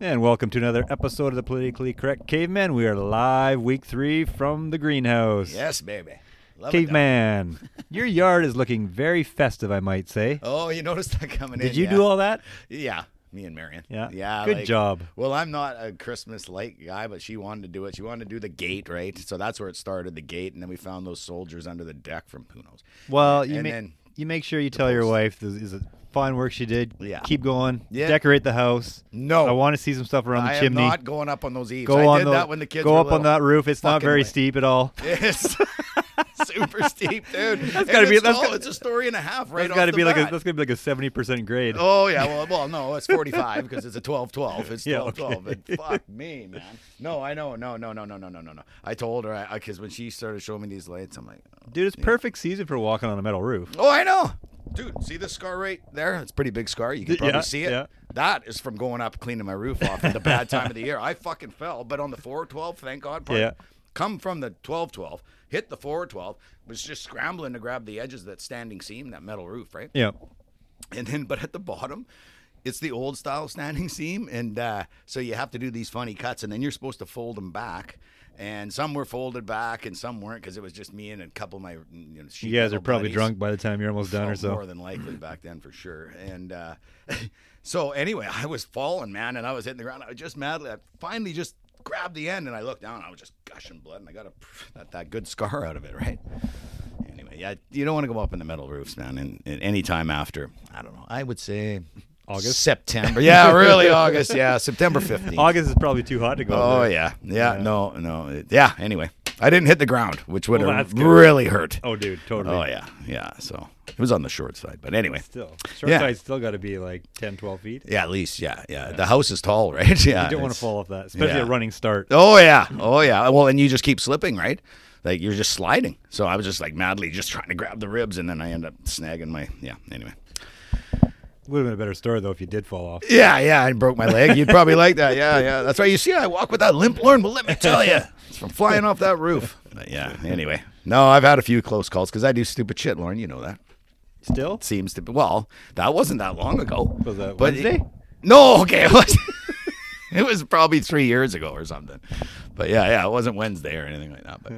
And welcome to another episode of the Politically Correct Caveman. We are live week three from the greenhouse. Yes, baby. Love it, Caveman, your yard is looking very festive, I might say. dog. Oh, you noticed that coming in. Did you yeah. do all that? Yeah, me and Marion. Yeah. Yeah. Good like- job. Well, I'm not a Christmas light guy, but she wanted to do it. She wanted to do the gate, right? So that's where it started, the gate, and then we found those soldiers under the deck from who knows. Well, you, And ma- then- you make sure you tell your wife this is a fine work she did. Yeah. Keep going. Yeah. Decorate the house. No. I want to see some stuff around the I chimney. am not going up on those eaves. go I on did the, that when the kids go were up on little. that roof. It's not Fucking very way. steep at all. Yes. Super steep, dude. That's gotta be- that's It's, gotta- it's a story and a half, right? That's got gotta to be like a that's gonna be like a seventy percent grade. Oh yeah, well, well, no, it's forty-five because it's a twelve-twelve. It's Yeah, twelve-twelve. And fuck me, man. No, I know, no, no, no, no, no, no, no, no. I told her because when she started showing me these lights, I'm like, oh. Dude, it's perfect season for walking on a metal roof. oh, I know, dude. See this scar right there? It's a pretty big scar. You can Yeah, probably see it. yeah. That is from going up cleaning my roof off at the bad time of the year. I fucking fell, but on the four-twelve, thank God. Part, Yeah. Come from the twelve-twelve, hit the four-twelve. Was just scrambling to grab the edges of that standing seam, that metal roof, right? Yeah. and then but at the bottom it's the old style standing seam and uh, so you have to do these funny cuts and then you're supposed to fold them back and some were folded back and some weren't because it was just me and a couple of my you know sheet You guys metal are probably Oh, buddies. drunk by the time you're almost done or Well, so. more than likely back then for sure and uh, so anyway i was falling man and i was hitting the ground i was just madly i finally just grabbed the end and i looked down and i was just gushing blood and i got a that, that good scar out of it right anyway yeah you don't want to go up in the metal roofs man and, and any time after i don't know i would say August? september yeah really august yeah september 15th August is probably too hot to go. up oh there. yeah. yeah no no it- yeah anyway i didn't hit the ground which would Well, that's have good. really hurt Oh, dude, totally. Oh yeah, yeah. So it was on the short side, but anyway, Still, short Yeah. side's still got to be like 10, 12 feet. yeah, at least yeah, yeah. The house is tall, right? Yeah, You don't want to it's- fall off that, especially a yeah. running start. Oh yeah, oh yeah. Well, and you just keep slipping, right? Like you're just sliding. So I was just like madly just trying to grab the ribs, and then I end up snagging my yeah. Anyway, Would have been a better story though if you did fall off. yeah, yeah. I broke my leg. You'd probably like that. Yeah, yeah. That's why you see I walk with that limp, Lauren. But let me tell you, it's from flying off that roof. But yeah. Anyway, no, I've had a few close calls because I do stupid shit, Lauren. You know that. Still, seems to be. Well, that wasn't that long ago. Was that But Wednesday? no, okay. It was, it was probably three years ago or something. But yeah, yeah, it wasn't Wednesday or anything like that. But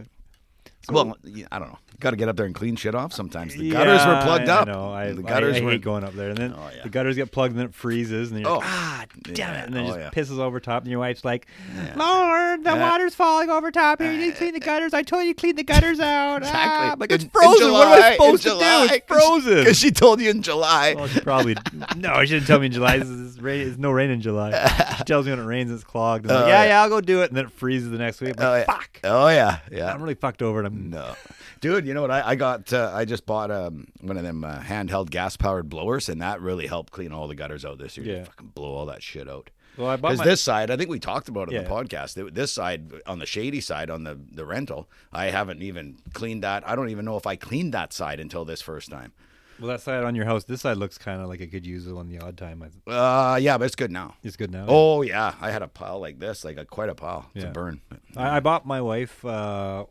well, yeah, I don't know. Got to get up there and clean shit off sometimes. The gutters Yeah, were plugged I- up. I know. I, the gutters I, I were hate going up there, and then Oh, yeah. the gutters get plugged, and then it freezes, and then you're Oh, like, ah, damn it, and then it Oh, just yeah. pisses over top, and your wife's like, Lord, the Yeah. water's falling over top here. You need to clean the gutters. I told you to clean the gutters out. Exactly. Ah, but it's frozen. what am I supposed to do? It's frozen. Because she told you in July. Well, she probably no. She didn't tell me in July. This is rain. It's no rain in July. She tells me when it rains, it's clogged. I'm like, Oh, yeah, yeah. yeah, I'll go do it, and then it freezes the next week. I'm oh, like, yeah. Fuck. Oh yeah, yeah. I'm really fucked over, and I'm No, dude. You know what? I, I got. Uh, I just bought um, one of them uh, handheld gas-powered blowers, and that really helped clean all the gutters out this year. Yeah. Just fucking blow all that shit out. Well, I bought Because my- this side, I think we talked about it on Yeah. the podcast. th- This side, on the shady side, on the the rental, I haven't even cleaned that. I don't even know if I cleaned that side until this first time. Well, that side on your house, this side looks kind of like it could use it on the odd time. I- Uh, yeah, but it's good now. It's good now. Oh yeah, I had a pile like this, like a quite a pile. It's Yeah. a burn. I, I bought my wife uh,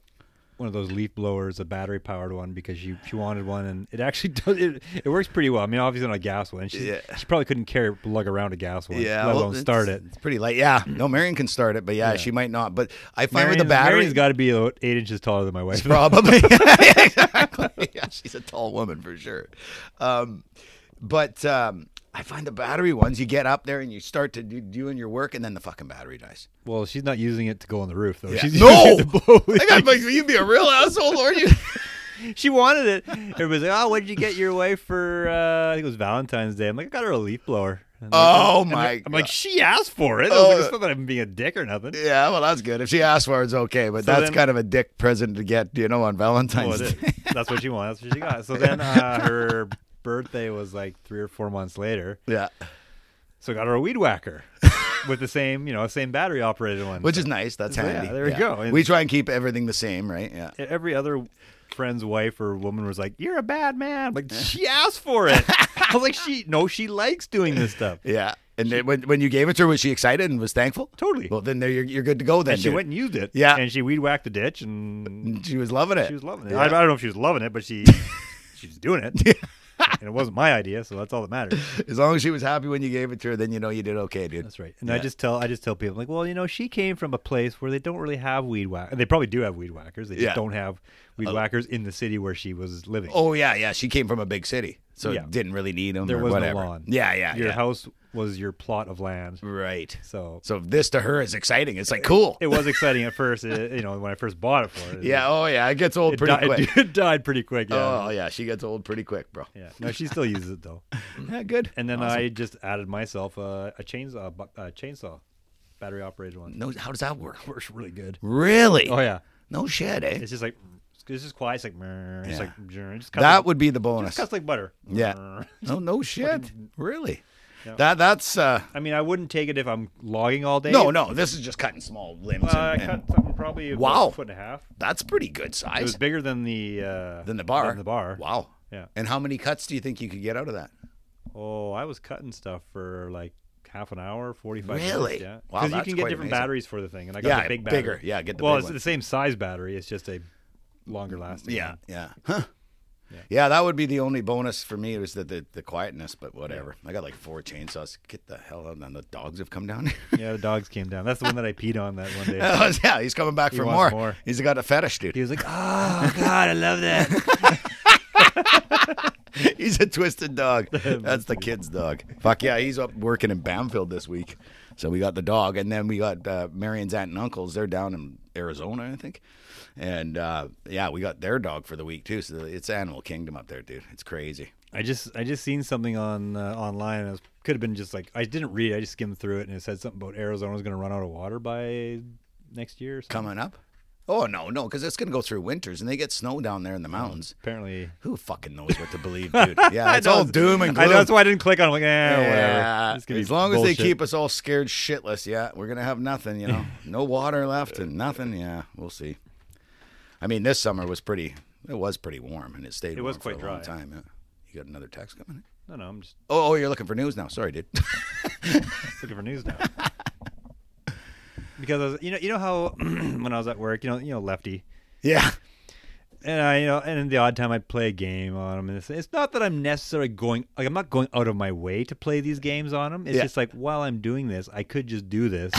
one of those leaf blowers, a battery powered one, because she she wanted one, and it actually does it, it works pretty well. I mean, obviously not a gas one. She Yeah. she probably couldn't carry lug around a gas one. Yeah, let well, alone it's- start it. It's pretty light. Yeah, no, Marion can start it, but yeah, she might not. But I find with Marion's- the battery, Marion's got to be about eight inches taller than my wife. probably. exactly. Yeah, she's a tall woman for sure. Um, but um, I find the battery ones, you get up there and you start to do doing your work, and then the fucking battery dies. Well, she's not using it to go on the roof though. Yeah. She's no, using it to blow I got, like, you'd be a real asshole, Lord. You. She wanted it. Everybody's like, "Oh, what did you get your wife for?" Uh, I think it was Valentine's Day. I'm like, "I got her a leaf blower." And they're Oh, and they're- my I'm like, God. she asked for it. I was Oh. like, it's not that I'm being a dick or nothing. Yeah, well, that's good. If she asks for it, it's okay. But So that's then- kind of a dick present to get, you know, on Oh, Valentine's it is. Day. That's what she wants. That's what she got. So then uh, her birthday was like three or four months later. Yeah, So I got her a weed whacker with the same, you know, same battery operated one. which is nice. That's Yeah, handy. there you go. We try and keep everything the same, right? Yeah. every other friend's wife or woman was like, "You're a bad man." I'm like she asked for it. I was like, "She no, she likes doing this stuff." Yeah. And then when, when you gave it to her, was she excited and was thankful? Totally. Well, then there you're, you're good to go then. And she dude. went and used it. Yeah. And she weed whacked the ditch and She was loving it. she was loving it. Yeah. I, I don't know if she was loving it, but she she's doing it. and it wasn't my idea, so that's all that matters. As long as she was happy when you gave it to her, then you know you did okay, dude. That's right. And I Yeah. just tell I just tell people like, well, you know, she came from a place where they don't really have weed whackers. They probably do have weed whackers. They just Yeah. Uh, don't have weed whackers in the city where she was living. Oh yeah, yeah. She came from a big city, so Yeah. didn't really need them there or was whatever. no lawn. Yeah, yeah, Your yeah. Mm. house was your plot of land. right. So So this to her is exciting. It's like cool. it was exciting at first. It, you know, when I first bought it for her. it yeah. Oh yeah. It gets old It, pretty died, quick. it died pretty quick. Yeah. Oh yeah. She gets old pretty quick, bro. Yeah. No, she still uses it though. Yeah, good. And then uh, I just added myself a, a chainsaw, bu- a chainsaw, battery operated one. no. How does that work? Works really good. Really? Oh yeah. No shit, eh? It's just like it's just quiet. It's like "Mrr," it's Yeah. like "Mrr," it just cuts That like, would be the just bonus. cuts like butter. Yeah. "Mrr." No, no shit. Really? Yeah. That that's uh I mean, I wouldn't take it if I'm logging all day. no, no. This is just cutting small limbs. Uh, I and, and cut something probably about Wow. a foot and a half. that's pretty good It was size. bigger than the uh, Than the bar. Than the bar. Wow. Yeah. And how many cuts do you think you could get out of that? Oh, I was cutting stuff for like half an hour, forty five. Really? Minutes, yeah. Wow, Because that's you can get quite different amazing. batteries for the thing, and I got Yeah, the big battery. bigger. Yeah, get the well, big it's one. the same size battery. It's just a longer lasting. Yeah, one. yeah. Huh. Yeah. that would be the only bonus for me was the, the, the quietness, but whatever. I got like four chainsaws. Get the hell out of them. The dogs have come down. Yeah. The dogs came down. That's the one that I peed on that one day. yeah, he's coming back for more. wants more. He's got a fetish, dude. He was like, "Oh God, I love that." He's a twisted dog. That's the kid's dog. Fuck yeah, he's up working in Bamfield this week. So we got the dog, and then we got uh, Marion's aunt and uncles. They're down in Arizona, I think. And uh, yeah, we got their dog for the week too. So it's Animal Kingdom up there, dude. It's crazy. I just I just seen something on uh, online. and It was, could have been just like I didn't read. it, I just skimmed through it, and it said something about Arizona's going to run out of water by next year. Or something. Coming up? Oh no, no, because it's gonna go through winters, and they get snow down there in the mountains. Apparently, Who fucking knows what to believe, dude? Yeah, it's I know, all doom and I gloom. know that's why I didn't click on. it. I'm like, eh, Yeah, whatever. It's gonna be as long as bullshit. they keep us all scared shitless, yeah, we're gonna have nothing, you know, no water left and nothing. Yeah, we'll see. I mean, this summer was pretty. It was pretty warm, and it stayed. It was warm quite for a long dry. time. Yeah. You got another text coming? in? No, no, I'm just Oh, oh, you're looking for news now. Sorry, dude. looking for news now. because I was, you know, you know how when I was at work, you know, you know, lefty. yeah, and I, you know, and in the odd time I'd play a game on them. And it's, it's not that I'm necessarily going, like, I'm not going out of my way to play these games on them. It's Yeah. just like, while I'm doing this, I could just do this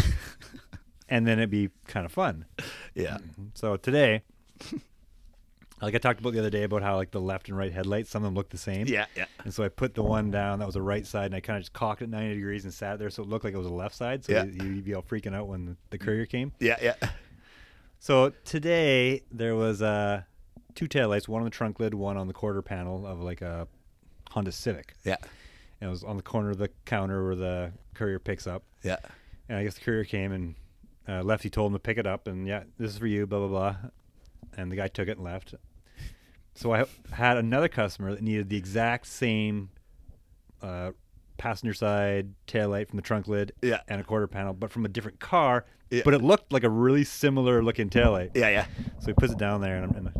and then it'd be kind of fun. yeah. So today, like I talked about the other day about how, like, the left and right headlights, some of them look the same. Yeah, yeah. And so I put the one down that was the right side and I kind of just cocked it 90 degrees and sat there so it looked like it was the left side. So Yeah. you- you'd be all freaking out when the, the courier came. Yeah, yeah. So today there was uh, two taillights, one on the trunk lid, one on the quarter panel of like a Honda Civic. Yeah, And it was on the corner of the counter where the courier picks up. yeah. And I guess the courier came and uh, Lefty told him to pick it up and yeah, this is for you, blah blah blah. And the guy took it and left. So I had another customer that needed the exact same uh, passenger side taillight from the trunk lid Yeah. and a quarter panel, but from a different car. Yeah. But it looked like a really similar looking taillight. Yeah, yeah. So he puts it down there and, I'm, and I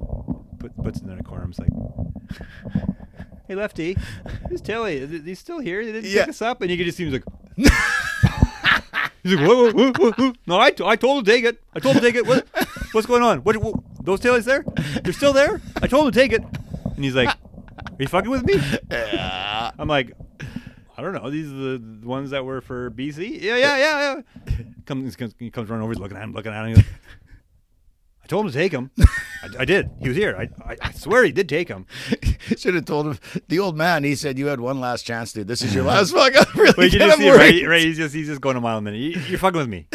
put, puts it in a corner. I'm just like, hey, Lefty, who's Tilly? Is he still here? They didn't Yeah. pick us up? And you can just see him he's like, he's like, whoa, whoa, whoa, whoa. no, I, t- I told him to take it. I told him to take it. What, what's going on? What, what, those taillights there? They're still there? I told him to take it. And he's like, are you fucking with me? Yeah. I'm like, I don't know. These are the the ones that were for BC. Yeah, yeah, yeah, yeah. Comes, comes, he comes running over. He's looking at him, looking at him. He goes, I told him to take him. I, I did. He was here. I, I, I swear he did take him. Should have told him. The old man. He said you had one last chance, dude. This is your last fuck. I'm really But you get just him see, right, worried. right? He's just he's just going a mile a minute. You, you're fucking with me.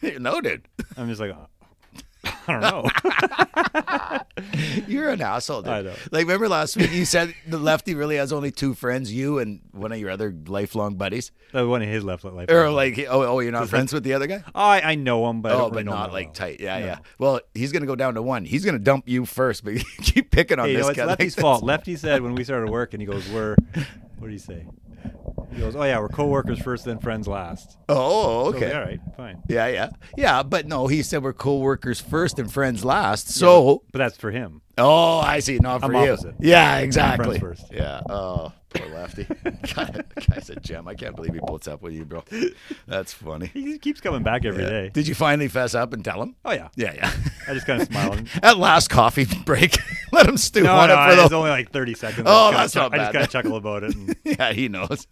No, dude. I'm just like, uh, I don't know. You're an asshole, dude. I know. Like, remember last week you said the lefty really has only two friends, you and one of your other lifelong buddies? that was one of his left foot life. Or, like, oh, oh you're not friends with the other guy? I, I know him, but Uh-huh. I Oh, don't really but know him not that like well. tight. Yeah, yeah. Well, he's going to go down to one. He's going to dump you first, but you keep picking on Hey, you this know, it's guy. like Lefty's this. fault. Lefty said when we started working, he goes, "We're, what did he say? He goes, oh yeah, we're coworkers first, then friends last." Oh, So I was okay. like, all right, fine. Yeah, yeah. Yeah, but no, he said we're co workers first and friends last. So, But that's for him. oh, I see. Not for I'm you. opposite. Yeah, exactly. first. Yeah. Oh, poor lefty. God, guy's a gem. I can't believe he puts up with you, bro. That's funny. He keeps coming back every Yeah. day. Did you finally fess up and tell him? Oh yeah. Yeah, yeah. I just kind of smile. And, At last coffee break, let him stew No, on no, it for it's the. only like 30 seconds. Oh, I just that's kinda chuck- I not just bad. got to chuckle about it. And yeah, he knows.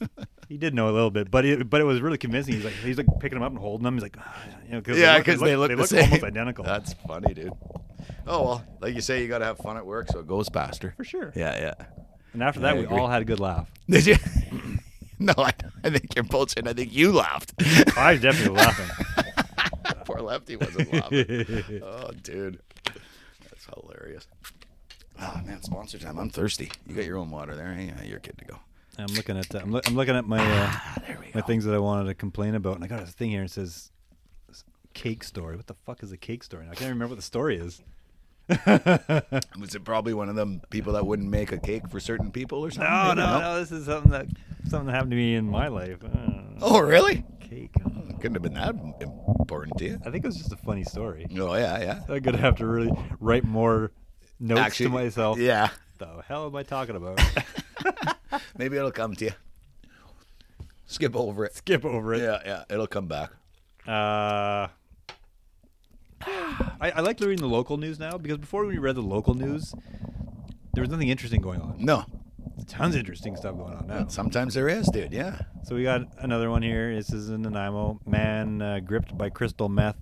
he did know a little bit, but it, but it was really convincing. He's like he's like picking them up and holding them. He's like, "Ah," you know, cause yeah, look- because they look, the same. almost identical. That's funny, dude. Oh well, like you say, you got to have fun at work, so it goes faster. for sure. Yeah, yeah. And after I that, we agree. all had a good laugh. Did you? no, I, I think you're bullshit. I think you laughed. Oh, I was definitely laughing. Poor Lefty wasn't laughing. oh, dude, that's hilarious. Oh man, sponsor time. I'm thirsty. You got your own water there. Hey, yeah, you're good to go. I'm looking at the, I'm, loo- I'm looking at my uh, Ah, there we my go. things that I wanted to complain about, and I got a thing here and it says cake story. What the fuck is a cake story? I can't even remember what the story is. Was it probably one of them people that wouldn't make a cake for certain people or something? Maybe, This is something that something that happened to me in my life. Uh, Oh, really? cake. Hmm, Couldn't have been that im- important to you. I think it was just a funny story. Oh yeah, yeah. I'm gonna have to really write more notes Actually, to myself. Yeah, The hell am I talking about? maybe it'll come to you. Skip over it. Skip over it. Yeah, yeah, it'll come back. Uh, I, I like reading the local news now because before when we read the local news, there was nothing interesting going on. No, Tons of interesting stuff going on now. sometimes there is, dude. Yeah. So we got another one here. This is in Nanaimo. Man uh, gripped by crystal meth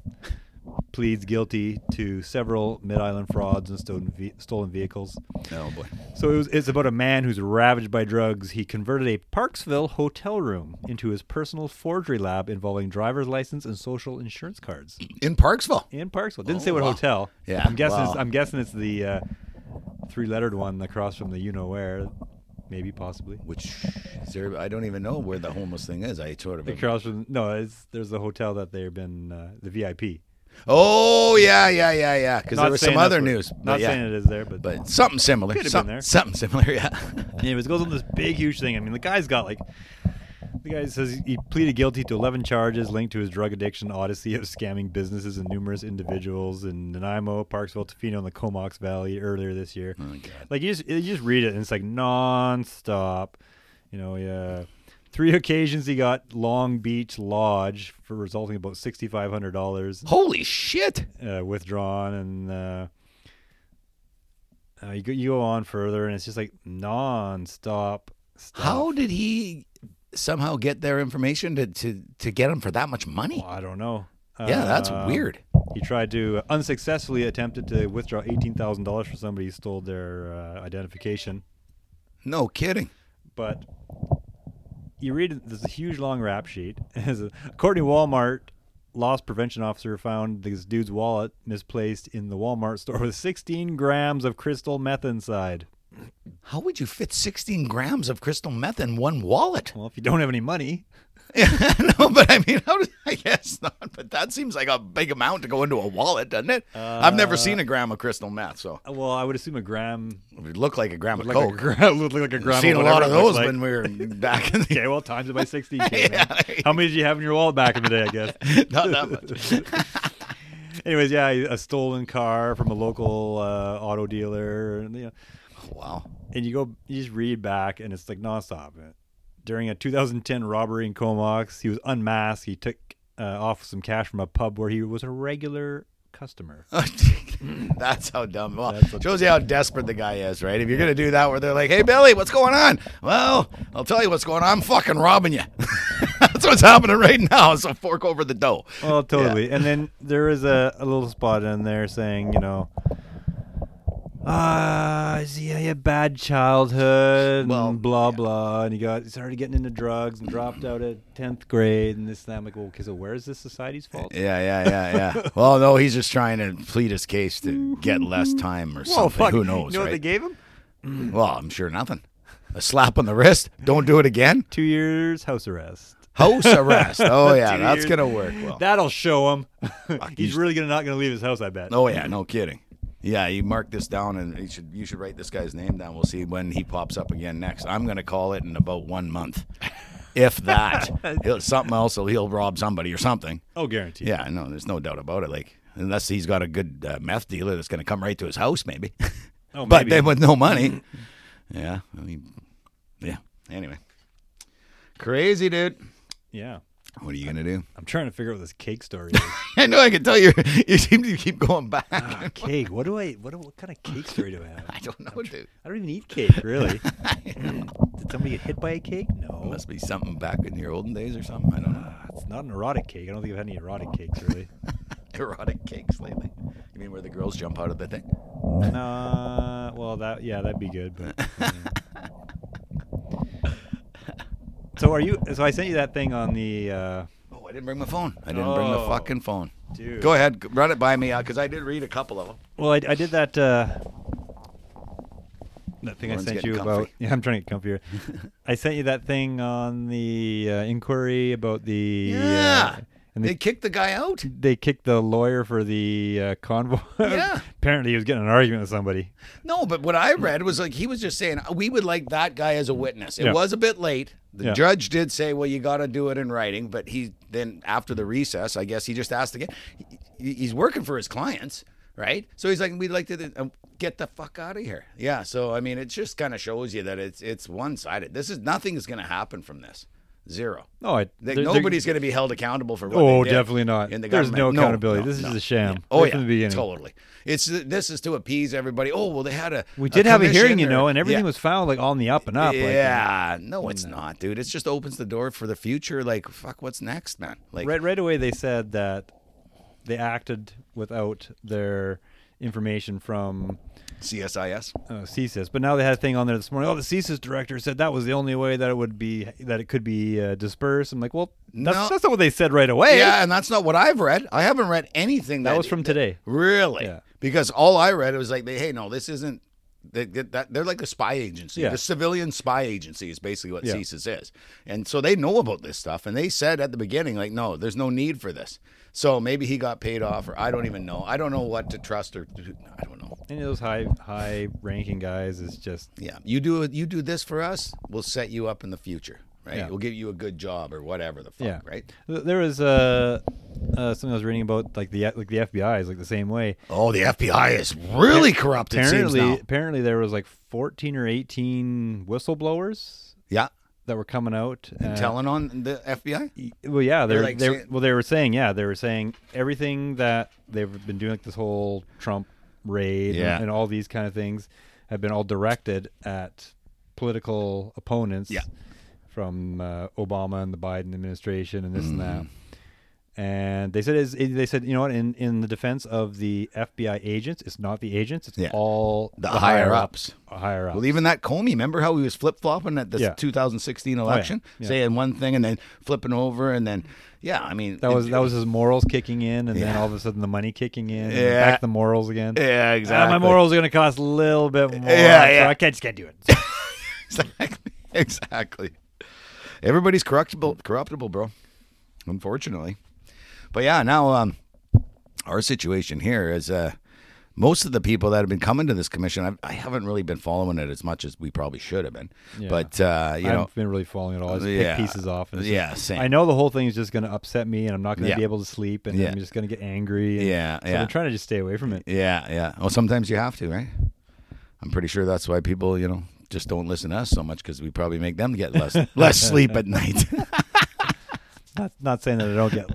pleads guilty to several Mid Island frauds and stolen, ve- stolen vehicles. Oh boy. So it was, it's about a man who's ravaged by drugs. He converted a Parksville hotel room into his personal forgery lab involving driver's license and social insurance cards In Parksville. in Parksville. Didn't Oh, say what wow. hotel. Yeah, I'm guessing. It's, wow. I'm guessing it's the uh, three-lettered one across from the you know where, maybe possibly Which is there, I don't even know where the homeless thing is. I sort of. across from. No, it's, there's a hotel that they've been uh, the VIP. oh yeah, yeah, yeah, yeah. Because Not there was some saying that's other what- news. but Not yeah. saying it is there, but, But something similar. Could have Some- been there. Oh, Something similar. Yeah. anyways, it goes on this big, huge thing. I mean, the guy's got like. The guy says he pleaded guilty to 11 charges linked to his drug addiction odyssey of scamming businesses and numerous individuals in Nanaimo, Parksville, Tofino, and the Comox Valley earlier this year. Oh, God. Like you just you just read it and it's like nonstop. You know, yeah. Three occasions he got Long Beach Lodge for resulting about sixty five hundred dollars Holy shit! uh, withdrawn, and uh, uh, you go, you go on further, and it's just like nonstop. Stuff. How did he somehow get their information to to, to get him for that much money? Well, I don't know. Yeah, that's Um, weird. He tried to uh, unsuccessfully attempted to withdraw eighteen thousand dollars from somebody who stole their uh, identification. No kidding. but you read there's a huge long rap sheet. It says, According to Walmart, loss prevention officer found this dude's wallet misplaced in the Walmart store with 16 grams of crystal meth inside. How would you fit 16 grams of crystal meth in one wallet? Well, if you don't have any money, Yeah, no, but I mean, how did, I guess not. But that seems like a big amount to go into a wallet, doesn't it? I've never seen a gram of crystal meth, so Uh, well, I would assume a gram. it would look like a gram of Like coke. a gram would look like a gram. seen of a whatever lot of it looks those like. when we were back in the Okay, well, times it by 16. K, Yeah, man. How many did you have in your wallet back in the day, I guess? not that much. Anyways, yeah, a stolen car from a local uh, auto dealer. And, you know, wow. and you go you just read back and it's like nonstop. During a 2010 robbery in Comox, he was unmasked. He took uh, off some cash from a pub where he was a regular customer. That's how dumb. Well, That's what- shows you how desperate the guy is, right? If you're gonna do that, where they're like, "Hey, Billy, what's going on?" Well, I'll tell you what's going on. I'm fucking robbing you. That's what's happening right now. So fork over the dough. Well, totally. And then there is a, a little spot in there saying, you know, ah, uh, he had a bad childhood, Well, and blah blah, and he got started getting into drugs and dropped out at tenth grade and this and that. I'm like, well, okay, so where is this society's fault? Yeah, yeah, yeah, yeah. well, no, he's just trying to plead his case to get less time or Well, something. Who knows, You know what they right? gave him? well, I'm sure nothing. A slap on the wrist. Don't do it again. Two years house arrest. House arrest. Oh yeah, Two that's years. gonna work well. That'll show him. He's he's- really gonna not gonna leave his house. I bet. Oh yeah, no kidding. Yeah, you mark this down, and you should you should write this guy's name down. We'll see when he pops up again next. I'm gonna call it in about one month, if that. he'll, something else, he'll, he'll rob somebody or something. Oh, guaranteed. Yeah, no, there's no doubt about it. Like unless he's got a good uh, meth dealer that's gonna come right to his house, maybe. Oh, but maybe. then with no money, yeah, I mean, yeah. Anyway, crazy dude. yeah. What are you gonna do? I'm trying to figure out what this cake story is. I know I can tell you. You seem to keep going back. ah, cake. What do I? What, do- what kind of cake story do I I have? don't know, dude. I don't even eat cake, really. Did somebody get hit by a cake? No. Must be something back in your olden days or something. I don't know. Ah, it's not an erotic cake. I don't think I've had any erotic cakes really. Erotic cakes lately. You mean where the girls jump out of the thing? Nah. well, that yeah, that'd be good. But so are you? So I sent you that thing on the. Uh, Oh, I didn't bring my phone. I didn't bring the Oh. fucking phone. Dude. Go ahead, g- run it by me because I did read a couple of them. well, I, I did that. Uh, that thing Lauren's I sent getting you comfy. about. Yeah, I'm trying to get comfier. I sent you that thing on the uh, inquiry about the. uh, and they, they, kicked the guy out. they kicked the lawyer for the uh, convoy. Yeah. Apparently, he was getting in an argument with somebody. No, but what I read was like he was just saying we would like that guy as a witness. It Yeah. was a bit late. The Yeah. judge did say, "Well, you got to do it in writing." But he then after the recess, I guess he just asked again. He- He's working for his clients, right? So he's like, "We'd like to uh, get the fuck out of here." Yeah. So I mean, it just kind of shows you that it's it's one sided. This is nothing's going to happen from this. Zero. No, I, They, there- there- nobody's going to be held accountable for what Oh, they did definitely not. in the There's government. no accountability. This is just a sham. Oh Right yeah, from the beginning. totally. It's this is to appease everybody. Oh well, they had a We did have a hearing, you commission know, or- and everything yeah. was found like on the up and up. Like, yeah, no, it's not, dude. It just opens the door for the future. Like, fuck, what's next, man? Like, right, right away, they said that they acted without their information from CSIS. uh, CSIS. But now they had a thing on there this morning. Oh, the CSIS director said that was the only way that it would be that it could be uh, dispersed. I'm like, well, that's, No. that's not what they said right away. Yeah, and that's not what I've read. I haven't read anything that, that was from today. Really? Yeah. Because all I read was like, they, hey, no, this isn't. They, they, that, they're like a spy agency. Yeah. The civilian spy agency is basically what Yeah. CSIS is, and so they know about this stuff. And they said at the beginning, like, no, there's no need for this. So maybe he got paid off, or I don't even know. I don't know what to trust, or I don't know. Any of those high high ranking guys is just Yeah, you do it. You do this for us, we'll set you up in the future, right? Yeah. We'll give you a good job or whatever the fuck, Yeah. right? Th- There was uh, uh, something I was reading about, like the like the FBI is like the same way. Oh, the FBI is really corrupt. It seems Apparently, now. apparently there was like fourteen or eighteen whistleblowers Yeah, that were coming out uh, telling on the FBI. y- Well, yeah, they They're, were, like, they were- saying- well they were saying yeah they were saying everything that they've been doing like this whole Trump raid Yeah. and, and all these kind of things have been all directed at political opponents Yeah. from uh, Obama and the Biden administration and this and Mm. that. And they said, is, they said, you know what? In in the defense of the FBI agents, it's not the agents; it's Yeah. all The higher higher ups. Well, even that Comey, remember how he was flip flopping at the Yeah. Oh, 2016 election, Yeah. saying one thing and then flipping over, and then yeah, I mean that it- was that was his morals kicking in, and then Yeah. all of a sudden the money kicking in, and Yeah. back the morals again. yeah Ah, exactly my morals are going to cost a little bit more. Yeah, so yeah. I can't, just can't do it. exactly exactly. Everybody's corruptible, corruptible, bro. Unfortunately, but yeah, now um, our situation here is uh, most of the people that have been coming to this commission, I've, I haven't really been following it as much as we probably should have been, Yeah. but uh, you I know, haven't been really following it all. I just Yeah. pick pieces off. And it's yeah, just- same. I know the whole thing is just going to upset me, and I'm not going to Yeah. be able to sleep, and Yeah. I'm just going to get angry. And Yeah, so yeah. I'm trying to just stay away from it. Yeah, yeah. Well, sometimes you have to, right? I'm pretty sure that's why people, you know, just don't listen to us so much because we probably make them get less less sleep at night. Not, not saying that I don't get.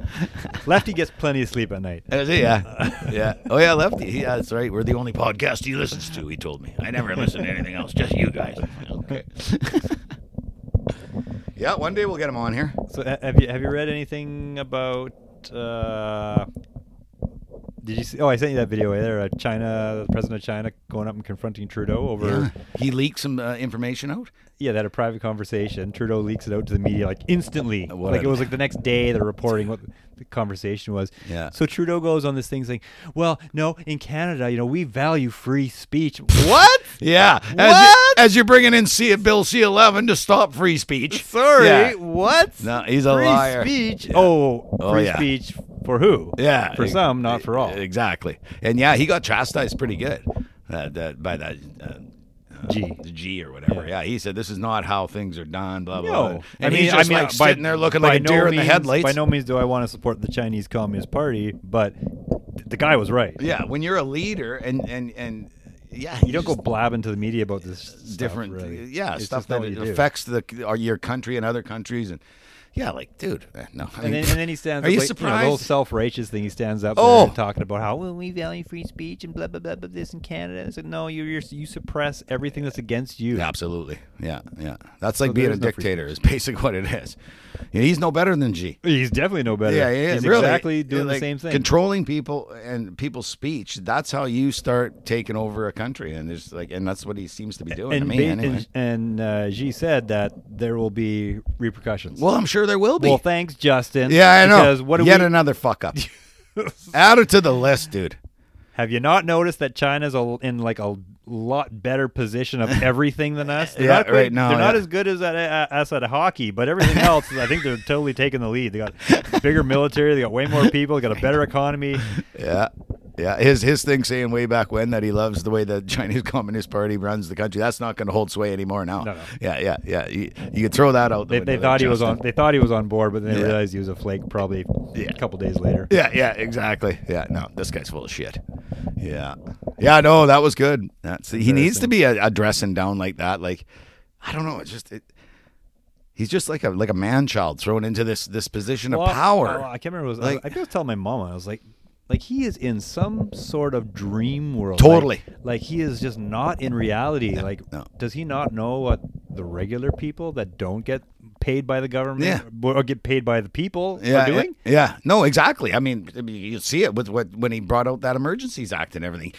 Lefty gets plenty of sleep at night. Is it? yeah, yeah. Oh yeah, Lefty. Yeah, that's right. We're the only podcast he listens to. He told me. I never listen to anything else. Just you guys. Okay. yeah, one day we'll get him on here. So ha- have you have you read anything about? Uh, did you see? Oh, I sent you that video eh, there. Uh, China, the president of China, going up and confronting Trudeau over. Yeah. He leaked some uh, information out. yeah, they had a private conversation. Trudeau leaks it out to the media like instantly. What like a- it was like the next day they're reporting what the conversation was. Yeah. So Trudeau goes on this thing saying, "Well, no, in Canada, you know, we value free speech." What? Yeah. As, What? as you're bringing in C- Bill C11 to stop free speech. Sorry, Yeah. what? No, he's a free liar. speech. Oh, Oh, free yeah. speech for who? Yeah, For e- some, not for all. Exactly, and yeah, he got chastised pretty good uh, that, by that uh, Gee. the G or whatever. Yeah. he said this is not how things are done. Blah blah. blah. No, and he's just like by- sitting there looking by like a no deer in the means- headlights. By no means do I want to support the Chinese Communist Party, but th- the guy was right. yeah, when you're a leader and and and yeah, You don't go blabbing to the media about this stuff, different. really. Yeah, It's stuff just not that uh, what you do. affects the or your country and other countries and. Yeah, like, dude, eh, no. And I then, mean, and then he stands. Are up you like, You know, the whole surprised? self-righteous thing. He stands up Oh. there talking about how well we value free speech and blah blah blah blah this in Canada. I said, no, you you're, you suppress everything that's against you. absolutely, yeah, yeah. That's like So there being a is no free dictator. Is basically what it is. Yeah, he's no better than G. He's definitely no better. Yeah, yeah, He's really. exactly doing Like, the same thing. Controlling people and people's speech. That's how you start taking over a country, and it's like, and that's what he seems to be doing. and to me, ba- anyway. and, and uh, Xi said that there will be repercussions. well, I'm sure there will be. Well, thanks, Justin. yeah, I know. Because what do Yet we, another fuck up. Add it to the list, dude. have you not noticed that China's a, in like a lot better position of everything than us? They're Yeah, not good- right now, They're not yeah. as good as at, at, us at hockey, but everything else, I think they're totally taking the lead. They got bigger military. They got way more people. They got a better economy. Yeah. Yeah, his his thing saying way back when that he loves the way the Chinese Communist Party runs the country. That's not going to hold sway anymore now. No, no. Yeah, yeah, yeah. You, you could throw that out. The They, window they there, thought he was Justin. on. They thought he was on board, but then they Yeah. realized he was a flake. Probably Yeah. a couple days later. Yeah, yeah, exactly. Yeah, no, this guy's full of shit. Yeah, yeah, no, that was good. That's he needs to be uh, a, a dressing down like that. Like, I don't know, it's just it, he's just like a like a man child thrown into this this position Well, of power. oh, I can't remember. What it was, Like- I, was, I just telling my mom, I was like, like he is in some sort of dream world. Totally. Like, like, he is just not in reality. like, no. does he not know what the regular people that don't get paid by the government Yeah. or, or get paid by the people yeah, are doing? yeah, yeah. no, exactly. I mean, I mean, you see it with what when he brought out that emergencies act and everything.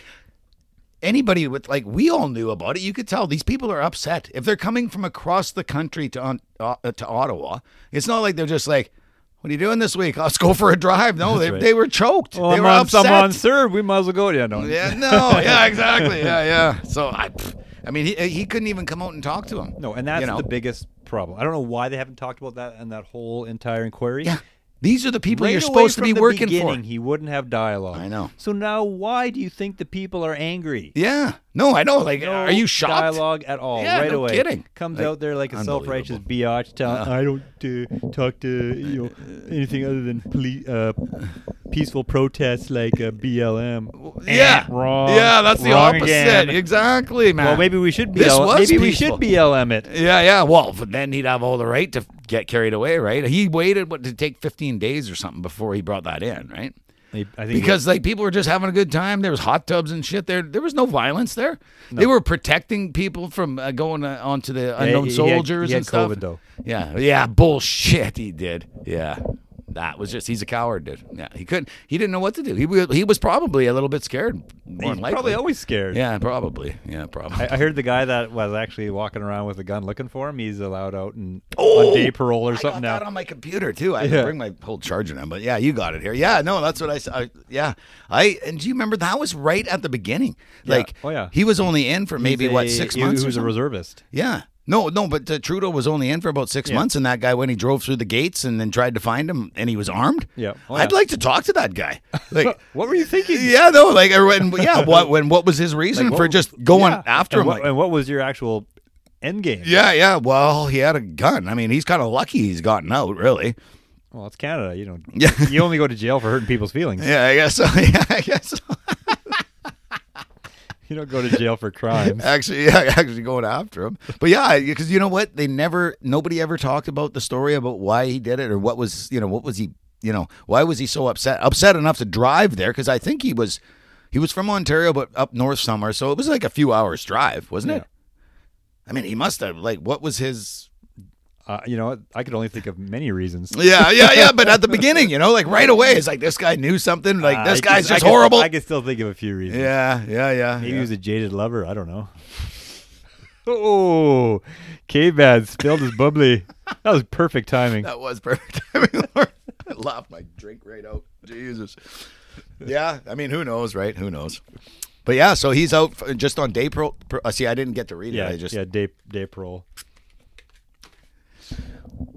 Anybody with like we all knew about it. You could tell these people are upset if they're coming from across the country to on, uh, to Ottawa. It's not like they're just like, "What are you doing this week? Let's go for a drive." No, they, right. they were choked. Well, they Oh, I'm were on, upset. I'm on serve. We might as well go. Yeah, no. Yeah, no, yeah, exactly, yeah, yeah. So I, pff, I mean, he he couldn't even come out and talk to him. No, and that's you know? the biggest problem. I don't know why they haven't talked about that and that whole entire inquiry. Yeah, these are the people Right you're away supposed to from be the working for. beginning, He wouldn't have dialogue. I know. So now, why do you think the people are angry? Yeah. No, I know. Like, No are you shocked? Dialogue at all? Yeah, right no away. kidding. Comes Like, out there like a unbelievable. Uh-huh. self-righteous biatch. Telling, I don't uh, talk to you know anything other than ple- uh, peaceful protests like uh, BLM. Yeah. Eh, wrong. Yeah, that's the Wrong opposite. again. Exactly, man. Well, maybe we should This BLM. was Maybe we peaceful. should BLM it. Yeah, yeah. Well, but then he'd have all the right to get carried away, right? He waited what to take 15 days or something before he brought that in, right? I think Because like people were just having a good time. There was hot tubs and shit. There, there was no violence there. They were protecting people from uh, going uh, onto the unknown he had- he soldiers had and stuff. COVID, though. Yeah, yeah. Bullshit. He did. Yeah. That was just he's a coward, dude. Yeah, he couldn't. He didn't know what to do. He wa- he was probably a little bit scared. More he's than likely. probably always scared. Yeah, probably. Yeah, probably. I, I heard the guy that was actually walking around with a gun looking for him. He's allowed out and Oh! on day parole or I got something now. that on my computer too. I had to Yeah. bring my whole charger now, but yeah, you got it here. Yeah, no, that's what I saw. Yeah, I and do you remember that was right at the beginning? Like, Oh, yeah. he was only in for maybe He's what a- six he- months He or was a something. reservist. yeah, no, no, but uh, Trudeau was only in for about six months, and that guy when he drove through the gates and then tried to find him, and he was armed. Yeah. Oh, I'd yeah. like to talk to that guy. Like. What were you thinking? Yeah, no, like, or when, yeah, what, when, what was his reason Like, for what- just going yeah. after and him? What, like- and what was your actual end game? yeah, yeah. Well, he had a gun. I mean, he's kind of lucky he's gotten out, really. Well, it's Canada. You know, Yeah. you only go to jail for hurting people's feelings. Yeah, I guess so. Yeah, I guess so. You don't go to jail for crimes. Actually, yeah, actually going after him. But yeah, because you know what? They never, nobody ever talked about the story about why he did it or what was, you know, what was he, you know, why was he so upset? Upset enough to drive there because I think he was, he was from Ontario, but up north somewhere. So it was like a few hours drive, wasn't it? I mean, he must have, like, what was his. Uh, you know, I could only think of many reasons. Yeah, yeah, yeah. But at the beginning, you know, like right away, it's like this guy knew something. Like, Uh, this I- guy's I just could- horrible. I can still think of a few reasons. yeah, yeah, yeah. Maybe yeah. he was a jaded lover. I don't know. Oh, K-Man spilled his bubbly. That was perfect timing. That was perfect timing. Lauren. I laughed my drink right out. Jesus. Yeah, I mean, who knows, right? Who knows? But yeah, so he's out for, just on day pro. pro- uh, see, I didn't get to read it. Yeah, I just yeah, day day parole.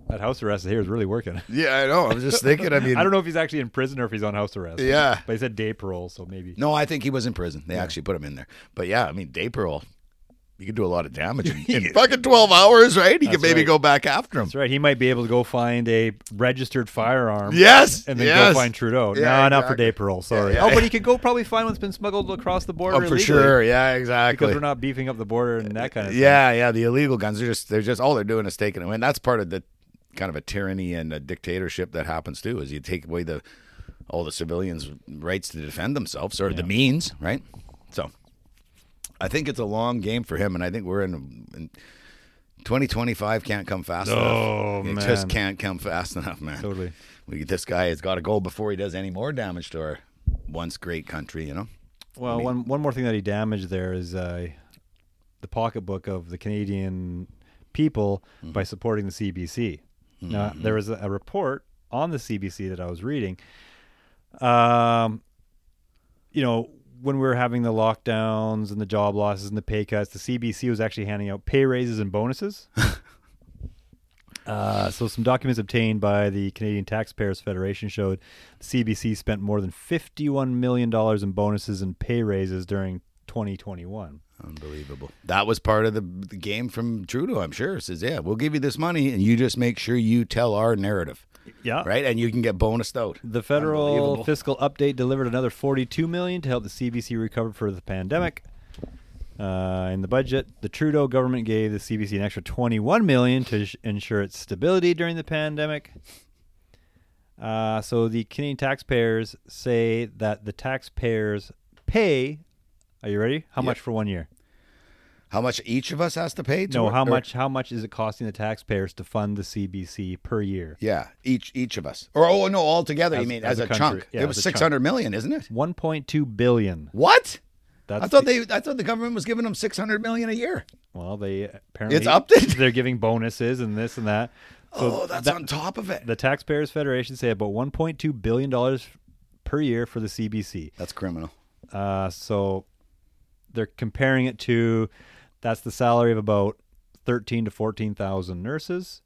That house arrest here is really working. Yeah, I know. I was just thinking. I mean, I don't know if he's actually in prison or if he's on house arrest. Yeah. but he said day parole, so maybe. No, I think he was in prison. They actually put him in there. But yeah, I mean, day parole. You can do a lot of damage in, in fucking twelve hours, right? You can That's maybe right. go back after him. That's right. He might be able to go find a registered firearm. Yes, And then yes. go find Trudeau. Yeah, no, not for exactly. day parole. Sorry. yeah. Oh, but he could go probably find one's been smuggled across the border. Oh, for illegally, sure. Yeah, Because exactly. we're not beefing up the border and that kind of Yeah, yeah. The illegal guns are just—they're just all they're doing is taking them in. That's part of the kind of a tyranny and a dictatorship that happens too. Is you take away the all the civilians' rights to defend themselves or the means, right? So I think it's a long game for him, and I think we're in. in 2025 can't come fast Oh, enough. It just man. can't come fast enough, man. Totally. We, this guy has got to go before he does any more damage to our once great country, you know? Well, one one more thing that he damaged there is uh, the pocketbook of the Canadian people by supporting the CBC. Now, there was a, a report on the CBC that I was reading. Um, you know, when we were having the lockdowns and the job losses and the pay cuts, the CBC was actually handing out pay raises and bonuses. Uh, so some documents obtained by the Canadian Taxpayers Federation showed the CBC spent more than $51 million in bonuses and pay raises during 2021. Unbelievable. That was part of the, the game from Trudeau, I'm sure. Says, yeah, we'll give you this money and you just make sure you tell our narrative, Yeah. right? And you can get bonused out. The federal Unbelievable. fiscal update delivered another 42 million to help the CBC recover for the pandemic. Uh, in the budget, the Trudeau government gave the CBC an extra 21 million to sh- ensure its stability during the pandemic. Uh, so the Canadian taxpayers say that the taxpayers pay. Are you ready? How much for one year? How much each of us has to pay? To No, work- how or- much? How much is it costing the taxpayers to fund the CBC per year? Yeah, each each of us. Or, oh, no, all together, As- you mean, as as, a a, country. chunk. Yeah, it was as a chunk. six hundred million, isn't it? 1.2 billion. What? That's I thought they. I thought the government was giving them six hundred million a year. Well, they apparently It's upped it? They're giving bonuses and this and that. So oh, that's on top of it. the Taxpayers Federation say about 1.2 billion dollars per year for the CBC. that's criminal. Uh, so they're comparing it to that's the salary of about 13 to 14 thousand nurses.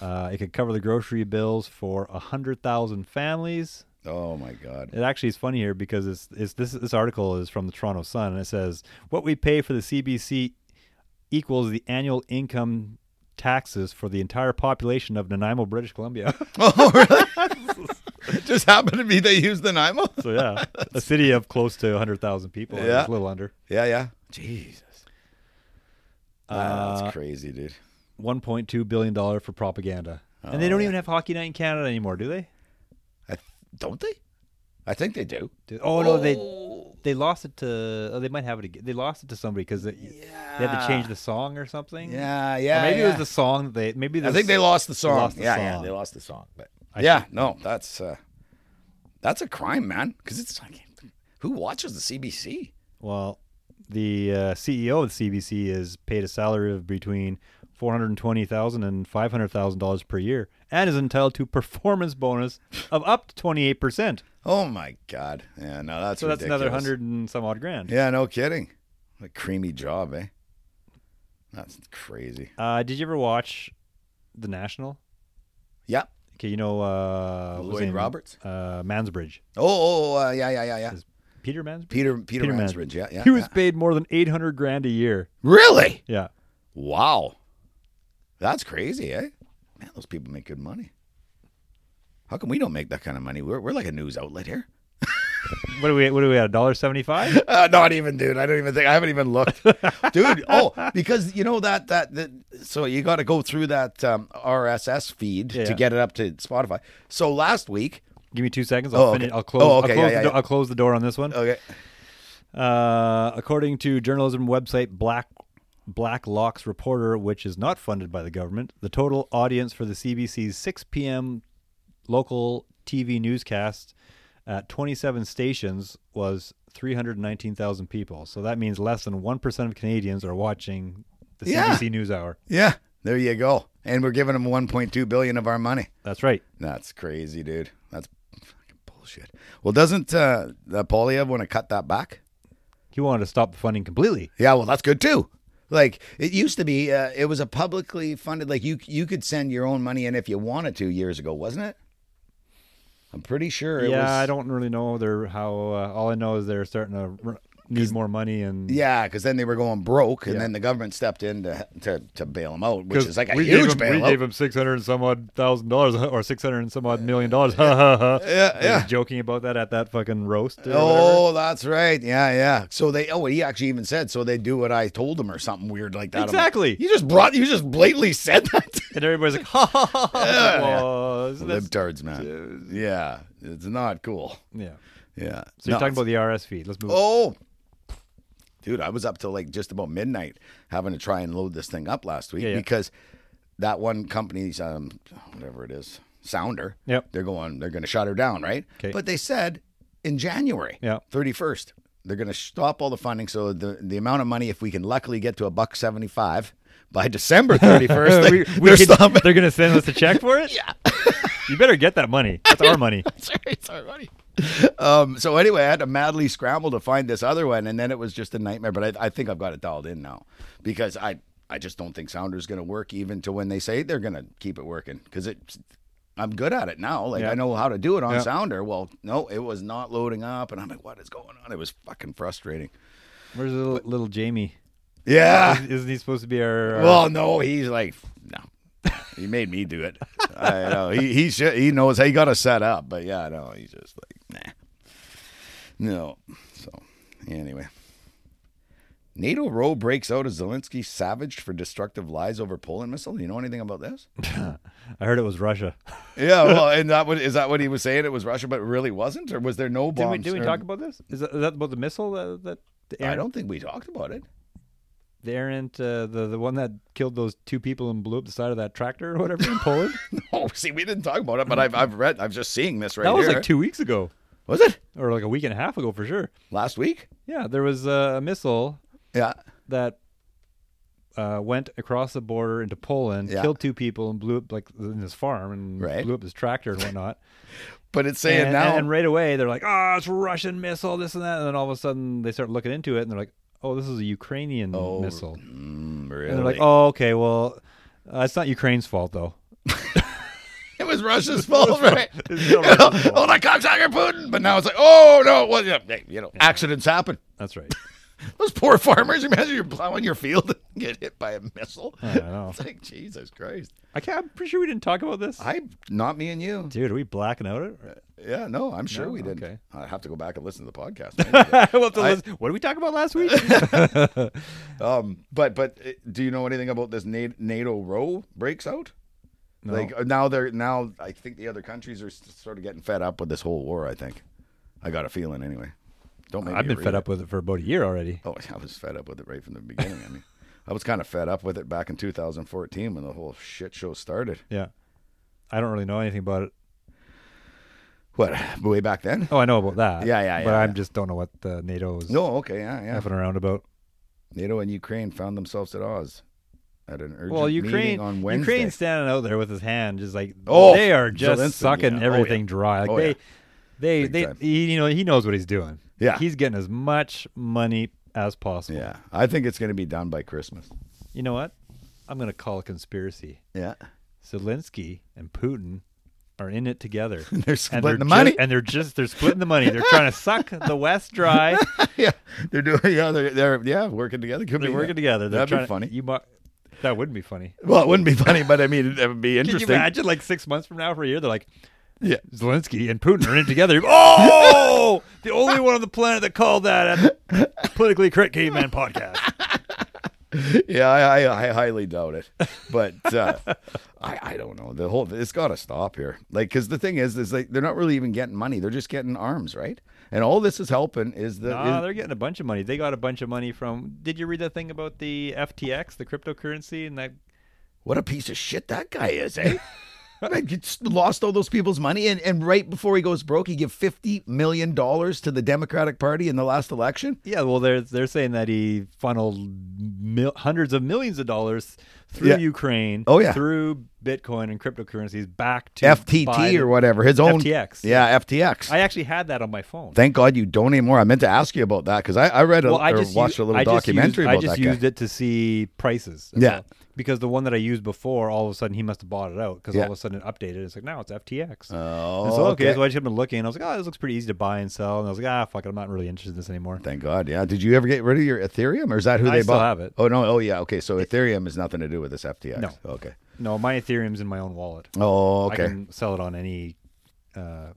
Uh, it could cover the grocery bills for hundred thousand families. Oh my God. It actually is funny here because it's, it's this this article is from the Toronto Sun and it says what we pay for the CBC equals the annual income taxes for the entire population of Nanaimo, British Columbia. Oh really? Just happened to be they used the NIMO. so yeah, a city of close to 100,000 people, yeah. Yeah. a little under. Yeah, yeah. Jesus. Wow, Uh, that's crazy, dude. 1.2 billion dollar for propaganda. and they don't Oh. even have hockey night in Canada anymore, do they? I, don't they? I think they do. Do- Oh no, they they lost it to oh, they might have it again. They lost it to somebody cuz they had to change the song or something. Yeah, Or yeah. maybe it yeah. was the song that they maybe I think they lost the song. lost the yeah, yeah, song. they lost the song. But yeah, no, that's uh, that's a crime, man. Because it's like, who watches the CBC? Well, the uh, CEO of the CBC is paid a salary of between four hundred twenty thousand and five hundred thousand dollars per year, and is entitled to performance bonus of up to twenty eight percent. Oh my God. Yeah, no, that's So that's ridiculous. another hundred and some odd grand. Yeah, no kidding. What a creamy job, eh? That's crazy. Uh, did you ever watch The National? Yeah. Okay, you know uh, what's his Lloyd name? Roberts? uh, Mansbridge, Oh, oh, uh, yeah, yeah, yeah, yeah. Is- Peter Mansbridge. Peter Peter, Peter Man- Mansbridge. Yeah, yeah. He was yeah. paid more than eight hundred grand a year. really. Yeah, Wow. That's crazy, eh? Man, those people make good money. How come we don't make that kind of money? We're, we're like a news outlet here. what do we? What do we at? A dollar seventy five? Uh, not even, dude. I don't even think I haven't even looked, dude. Oh, because you know that that, that so you got to go through that um, RSS feed Yeah. to get it up to Spotify. So last week, Give me two seconds. I'll Oh, finish. okay. I'll close. Oh, okay, I'll, close yeah, the yeah, do- yeah. I'll close the door on this one. okay, Uh, according to journalism website Black Blacklock's reporter, which is not funded by the government, the total audience for the CBC's 6 p.m. local TV newscast at 27 stations was 319,000 people. So that means less than one percent of Canadians are watching the Yeah. CBC NewsHour. yeah, there you go. And we're giving them 1.2 billion of our money. That's right. That's crazy, dude. That's fucking bullshit. Well, doesn't uh, uh, Polyev want to cut that back? He wanted to stop the funding completely. Yeah, well, that's good too. Like it used to be, uh, it was a publicly funded. Like you, you could send your own money in if you wanted to years ago, wasn't it? I'm pretty sure. It yeah, was, I don't really know their how. Uh, all I know is they're starting to r- need more money and Yeah, because then they were going broke, and Yeah. then the government stepped in to to, to bail them out, which 'Cause is like a we huge gave him, bailout. We gave him six hundred and some odd thousand dollars, or six hundred and some odd million dollars. yeah, yeah. joking about that at that fucking roast. Or Oh, that's right. Yeah, yeah. So they. Oh, he actually even said so they do what I told them or something weird like that. I'm like, Exactly. you just brought. You just blatantly said that. and everybody's like, ha ha ha. ha. Yeah. Well, isn't this- Libtards, man. Yeah, it's not cool. yeah. Yeah. So you're talking about the RS feed. Let's move. Oh, dude, I was up till like just about midnight having to try and load this thing up last week Yeah, yeah. because that one company's um whatever it is Sounder. Yep. They're going. They're going to shut her down, right? 'Kay. But they said in January, Yeah. thirty first, they're going to stop all the funding. So the the amount of money, if we can luckily get to a buck seventy five by December thirty first, Uh, they, we- we are could- stopping. they're gonna send us a check for it. yeah. you better get that money. That's our money. sorry, sorry, buddy. Um, so anyway, I had to madly scramble to find this other one, and then it was just a nightmare. But I, I think I've got it dialed in now because I I just don't think Sounder's going to work even to when they say they're going to keep it working because it. I'm good at it now. Like Yeah. I know how to do it on Yeah. Sounder. Well, no, it was not loading up, and I'm like, what is going on? It was fucking frustrating. Where's little, little Jamie? Yeah. Is- Isn't he supposed to be our? our Well, no, he's like, no. He made me do it. I know. He he should, he knows he got to set up, but yeah, no, he's just like, nah. No. So, anyway. NATO row breaks out as Zelensky savaged for destructive lies over Poland missile. You know anything about this? I heard it was Russia. yeah, well, and that what is that what he was saying? It was Russia, but it really wasn't, or was there no Did we, bombs? did we or- talk about this? Is that, is that about the missile that, that the I errant, don't think we talked about it. the errant uh, the the one that killed those two people and blew up the side of that tractor or whatever in Poland? Oh, see, we didn't talk about it, but I've I've read, I'm just seeing this right that was here. like two weeks ago, was it or like a week and a half ago for sure. last week? Yeah, there was uh, a missile Yeah. that uh, went across the border into Poland, Yeah. killed two people, and blew up like in his farm and Right. blew up his tractor and whatnot. But it's saying and, now. and right away they're like, "Oh, it's Russian missile, this and that," and then all of a sudden they start looking into it and they're like, "Oh, this is a Ukrainian Oh, missile." Mm, really? And they're like, "Oh, okay, well, uh, it's not Ukraine's fault though." It was Russia's fault, right? It's still Russia's fault. oh, that cocksucker Putin. But now it's like, oh, no. Well, yeah, hey, you know, accidents happen. That's right. Those poor farmers, imagine you're plowing your field and get hit by a missile. I know. It's like, Jesus Christ. I can't. I'm pretty sure we didn't talk about this. I, not me and you. Dude, are we blacking out it? Yeah, no, I'm sure No? we didn't. Okay. I have to go back and listen to the podcast. we'll have to I- listen- What did we talk about last week? um, but but uh, do you know anything about this Na- NATO row breaks out? No. Like uh, now they're now I think the other countries are s- sort of getting fed up with this whole war. I think I got a feeling anyway. Don't make I've me been read fed it. up with it for about a year already. Oh, I was fed up with it right from the beginning. I mean, I was kind of fed up with it back in 2014 when the whole shit show started. Yeah, I don't really know anything about it. What way back then? Oh, I know about that. Yeah, yeah, But yeah, I yeah. just don't know what the NATO is No, okay, yeah, yeah. effing around about. NATO and Ukraine found themselves at odds at an urgent Well, meeting Ukraine, on Wednesday. Ukraine's standing out there with his hand, just like Oh, they are just Zelensky, sucking yeah. Oh, everything yeah. dry. Like Oh, they, yeah. they, Big they, time. he, you know, he knows what he's doing. Yeah. he's getting as much money as possible. Yeah, I think it's going to be done by Christmas. You know what? I'm gonna call a conspiracy. Yeah, Zelensky and Putin are in it together. they're splitting they're the ju- money. and they're just they're splitting the money. They're trying to suck the West dry. yeah, they're doing. Yeah, they're, they're yeah working together. Could They're be working together. They're That'd trying be funny. To, you mu- that wouldn't be funny. well, it wouldn't be funny, but I mean, it would be Can you interesting. imagine like six months from now for a year? They're like, Yeah. Zelensky and Putin are in it together. Oh, the only one on the planet that called that a politically correct caveman podcast. Yeah, I, I, I highly doubt it, but uh, I, I don't know. The whole it's got to stop here. Like, because the thing is, is like they're not really even getting money; they're just getting arms, right? And all this is helping is the Nah, is- they're getting a bunch of money. They got a bunch of money from. Did you read that thing about the FTX, the cryptocurrency, and that? what a piece of shit that guy is, eh? Like, he just lost all those people's money, and, and right before he goes broke, he gave fifty million dollars to the Democratic Party in the last election. Yeah, well, they're they're saying that he funneled mil- hundreds of millions of dollars through Yeah. Ukraine, Oh, yeah. through Bitcoin and cryptocurrencies back to FTT Biden. or whatever. His own FTX. Yeah, FTX. I actually had that on my phone. Thank God you don't anymore. I meant to ask you about that because I, I read a, well, I uh, or just watched u- a little I just documentary used- about I just that used guy. it to see prices. that's Yeah. all. because the one that I used before, all of a sudden he must have bought it out because Yeah. all of a sudden it updated. It's like now it's FTX. Oh, And so okay, okay. so I just had been looking. and I was like, oh, this looks pretty easy to buy and sell. And I was like, ah, fuck it, I'm not really interested in this anymore. Thank God. Yeah. Did you ever get rid of your Ethereum, or is that who I they still bought? have it. Oh no. Oh yeah. Okay. So Ethereum has nothing to do with this FTX. No. Okay. No, my Ethereum's in my own wallet. Oh, I okay. can sell it on any. Uh,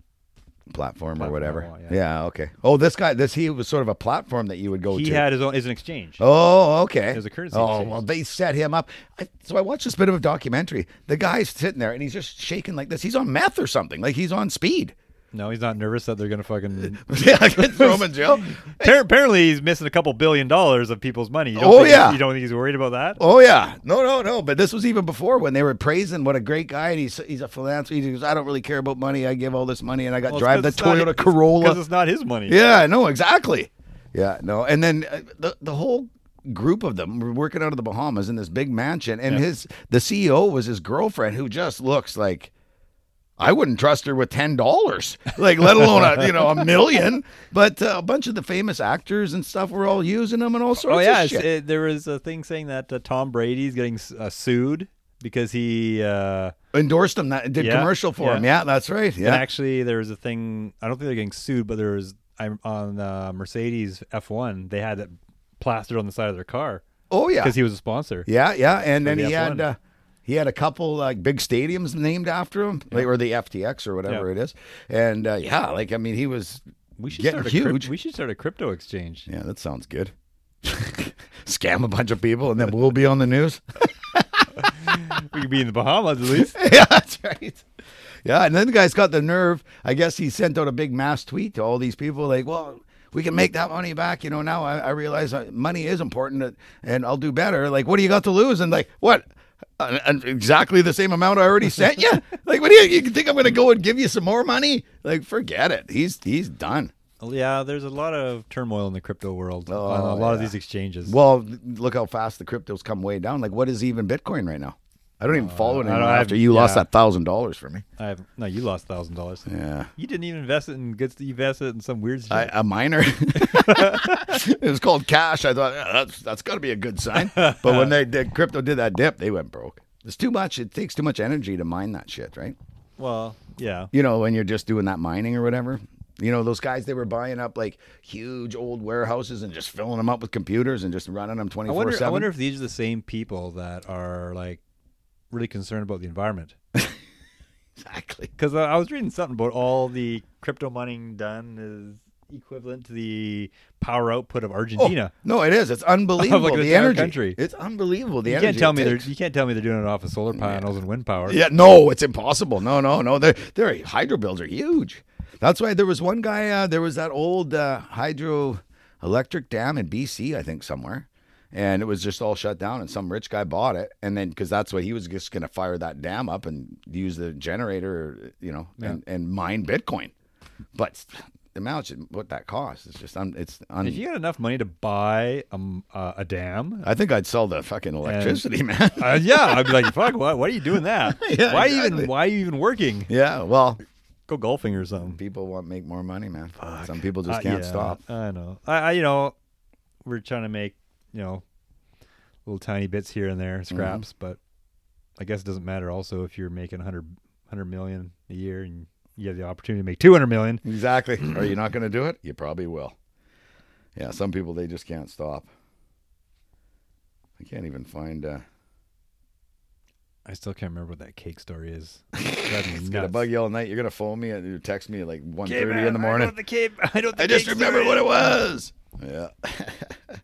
Platform or Platform I whatever. want, yeah. yeah. Okay. Oh, this guy. This he was sort of a platform that you would go he to. had his own. Is an exchange. Oh, okay. As a currency Oh, exchange. well, they set him up. I, so I watched this bit of a documentary. The guy's sitting there and he's just shaking like this. He's on meth or something. Like he's on speed. No, he's not nervous that they're gonna fucking. yeah, I could throw him in jail. Appar- Apparently, he's missing a couple billion dollars of people's money. You don't Oh, think he's- yeah. you don't think he's worried about that? Oh yeah, no, no, no. But this was even before when they were praising what a great guy and he's he's a philanthropist. He goes, I don't really care about money. I give all this money and I got drive the Toyota because Corolla. it's not his money. uh, Yeah, I know exactly. Yeah, no. And then uh, the the whole group of them were working out of the Bahamas in this big mansion, and his the CEO was his girlfriend who just looks like. I wouldn't trust her with ten dollars, like let alone a you know a million. But uh, a bunch of the famous actors and stuff were all using them and all sorts Oh yeah, of it's, shit. it, there was a thing saying that uh, Tom Brady's getting s- uh, sued because he uh, endorsed him that did Yeah, commercial for yeah. him yeah that's right and yeah actually there was a thing. I don't think they're getting sued, but there was I'm on uh, Mercedes F1. They had it plastered on the side of their car oh yeah because he was a sponsor. yeah yeah and then the he F1. had uh, he had a couple like big stadiums named after him like, or the ftx or whatever Yeah. it is and uh, yeah like i mean he was We should Getting start a crypt- huge. we should start a crypto exchange. yeah that sounds good scam a bunch of people and then we'll be on the news we could be in the Bahamas at least. yeah that's right yeah and then the guy's got the nerve i guess he sent out a big mass tweet to all these people like well we can make that money back, you know. Now I, I realize uh, money is important, and I'll do better. Like, what do you got to lose? And like, what? Uh, and exactly the same amount I already sent you. like, what do you, you think I'm going to go and give you some more money? Like, forget it. He's he's done. Well, yeah, there's a lot of turmoil in the crypto world on a Oh, lot of yeah. these exchanges. Well, look how fast the cryptos come way down. Like, what is even Bitcoin right now? Uh, I don't even follow it don't- anymore I've- after you lost yeah. that thousand dollars for me. I have, no, you lost thousand dollars. Yeah. You didn't even invest it in good. You invested it in some weird shit. I, a miner. it was called cash. I thought "Yeah, that's that's got to be a good sign. But when they did crypto did that dip, they went broke. It's too much. It takes too much energy to mine that shit, right? well, yeah. You know, when you're just doing that mining or whatever. You know, those guys they were buying up like huge old warehouses and just filling them up with computers and just running them I twenty four wonder. I wonder seven. if these are the same people that are like really concerned about the environment. Exactly. Because I was reading something about all the crypto mining done is equivalent to the power output of Argentina. Oh, No, it is. It's unbelievable. Like an the entire energy. country. It's unbelievable. The you energy. can't tell it me they're, takes. you can't tell me they're doing it off of solar panels and wind power. Yeah, no, it's impossible. No, no, no. Their their hydro bills are huge. That's why there was one guy. Uh, there was that old uh, hydroelectric dam in BC, I think somewhere, and it was just all shut down. And some rich guy bought it, and then because that's what he was just going to fire that dam up and use the generator, you know, and, and mine Bitcoin. But the amount of what that costs is just un, it's un, If you had enough money to buy a, m- uh, a dam, I think I'd sell the fucking electricity, man. uh, yeah, I'd be like, "Fuck, why, why are you doing that? Yeah, why exactly. even? Why are you even working? yeah, well, Go golfing or something." people want to make more money, man. Some people just Uh, can't yeah, stop. I know. I, I, you know, we're trying to make, you know, little tiny bits here and Mm-hmm. there, scraps, but I guess it doesn't matter also if you're making 100, 100 million a year and you have the opportunity to make 200 million. Exactly. Are you not going to do it? You probably will. Yeah, some people they just can't stop. I can't even find. Uh, I still can't remember what that cake story is. it's it's gonna bug you all night. You're gonna phone me and you text me at like 1.30 in the I morning. know the cake, I, know the I just cake remember story what is. it was. Yeah.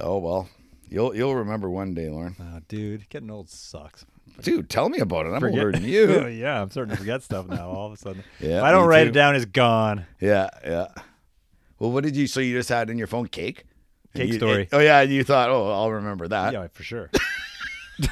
oh well, you'll you'll remember one day, Lauren. Oh, dude, getting old sucks. Dude, tell me about it. I'm Forget- Oh, older than you. yeah, I'm starting to forget stuff now. All of a sudden, Yeah, if I don't me write too. it down, it's gone. Yeah, yeah. Well, what did you? So you just had in your phone cake? Cake You- story. oh yeah, you thought, oh, I'll remember that. yeah, for sure.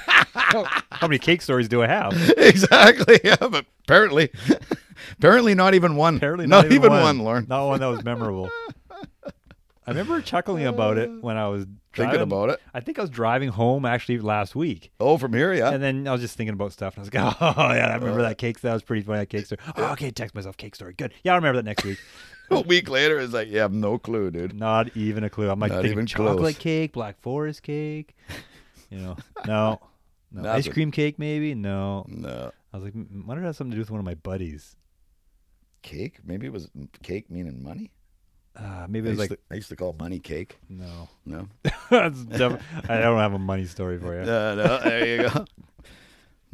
How many cake stories do I have? exactly. Yeah, but apparently, apparently not even one. Apparently, not, even, one, one, Lauren. Not one that was memorable. I remember chuckling about it when I was driving. Thinking about it. I think I was driving home actually last week, Oh, from here, yeah. and then I was just thinking about stuff, and I was like, "Oh yeah, I remember Uh. that cake. That was pretty funny. That cake story. Oh, okay, text myself cake story. Good. Yeah, I remember that next week. a week later, it's like, yeah, I have no clue, dude. Not even a clue. I'm like Not thinking even chocolate close. cake, black forest cake. You know, no, no ice Nothing. cream cake maybe. No, No. I was like, "Mm, why did it have something to do with one of my buddies? Cake? Maybe it was cake meaning money? Uh, maybe I it was like used, to, I used to call money cake. no. No. That's def- I don't have a money story for you. no, no, there you go.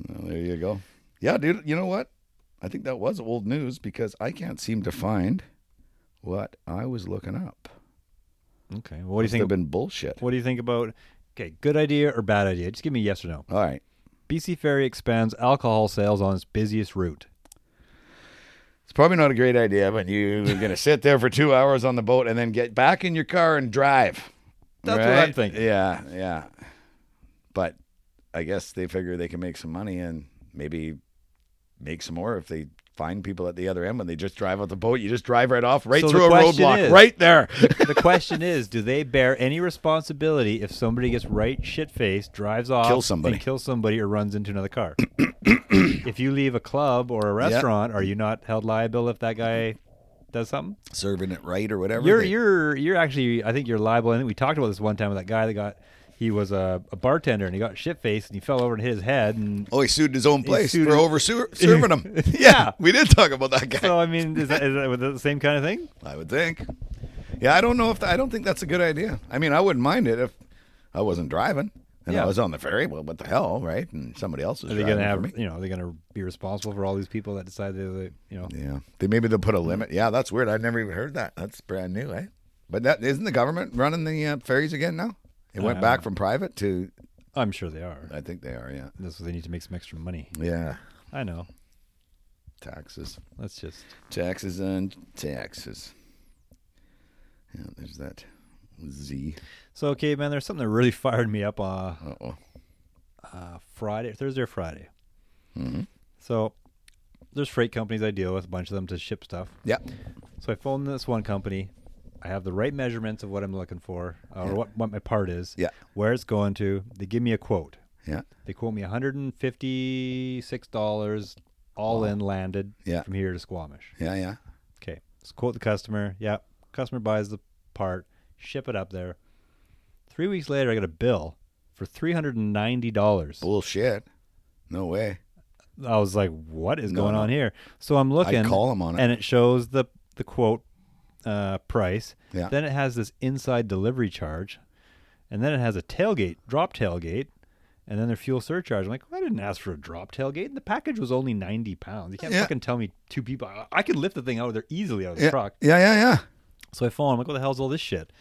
No, there you go. Yeah, dude, you know what? I think that was old news because I can't seem to find what I was looking up. Okay. Well, what do you Must have think? been bullshit. What do you think about? Okay, good idea or bad idea? Just give me a yes or no. All right. BC Ferry expands alcohol sales on its busiest route. It's probably not a great idea, but you're going to sit there for two hours on the boat and then get back in your car and drive. That's what I'm Right? thinking. Yeah, yeah. But I guess they figure they can make some money and maybe make some more if they find people at the other end when they just drive out the boat. You just drive right off, right So the through a question roadblock, is- right there. The question is, do they bear any responsibility if somebody gets right shit faced, drives off, Kills somebody. and kills somebody, or runs into another car? if you leave a club or a restaurant, are you not held liable if that guy does something? Serving it right or whatever. You're they- you're you're actually I think you're liable. I think we talked about this one time with that guy that got he was a, a bartender and he got shit faced and he fell over and hit his head and oh, he sued his own place sued for his- over ser- serving him. Yeah. we did talk about that guy. so I mean is that, is that the same kind of thing? I would think. Yeah, I don't know if I don't think that's a good idea. I mean, I wouldn't mind it if I wasn't driving and I Yeah. was on the ferry. Well, what the hell, right? And somebody else is Are they driving gonna for me. have you know? Are they gonna be responsible for all these people that decide they they- you know? Yeah, they maybe they'll put a limit. Yeah, that's weird. I never even heard that. That's brand new, eh? But that isn't the government running the uh, ferries again now. It Uh, went back from private to I'm sure they are. I think they are. Yeah, That's what they need to make some extra money. yeah, I know. taxes, That's just taxes, and taxes. Yeah, there's that Z. so okay, man. There's something that really fired me up uh, Uh oh. uh Friday, Thursday or Friday. Mm-hmm. So there's freight companies I deal with, a bunch of them to ship stuff. Yeah. So I phoned this one company. I have the right measurements of what I'm looking for, uh, or what, what my part is, Yeah. where it's going to. They give me a quote. Yeah. They quote me $156 all in landed Yeah. from here to Squamish. Yeah. Yeah. Okay. Let's quote the customer. Yeah. Customer buys the part, ship it up there. Three weeks later, I get a bill for $390. Bullshit. No way. I was like, what is No, going no. on here? So I'm looking. call 'em on it. And it shows the, the quote uh, price. Yeah. Then it has this inside delivery charge. And then it has a tailgate, drop tailgate. And then their fuel surcharge. I'm like, well, I didn't ask for a drop tailgate. And the package was only 90 pounds. You can't Yeah. fucking tell me two people. I, I could lift the thing out of there easily out of the Yeah. truck. Yeah. Yeah. Yeah. So I phone. I'm like, what the hell's all this shit?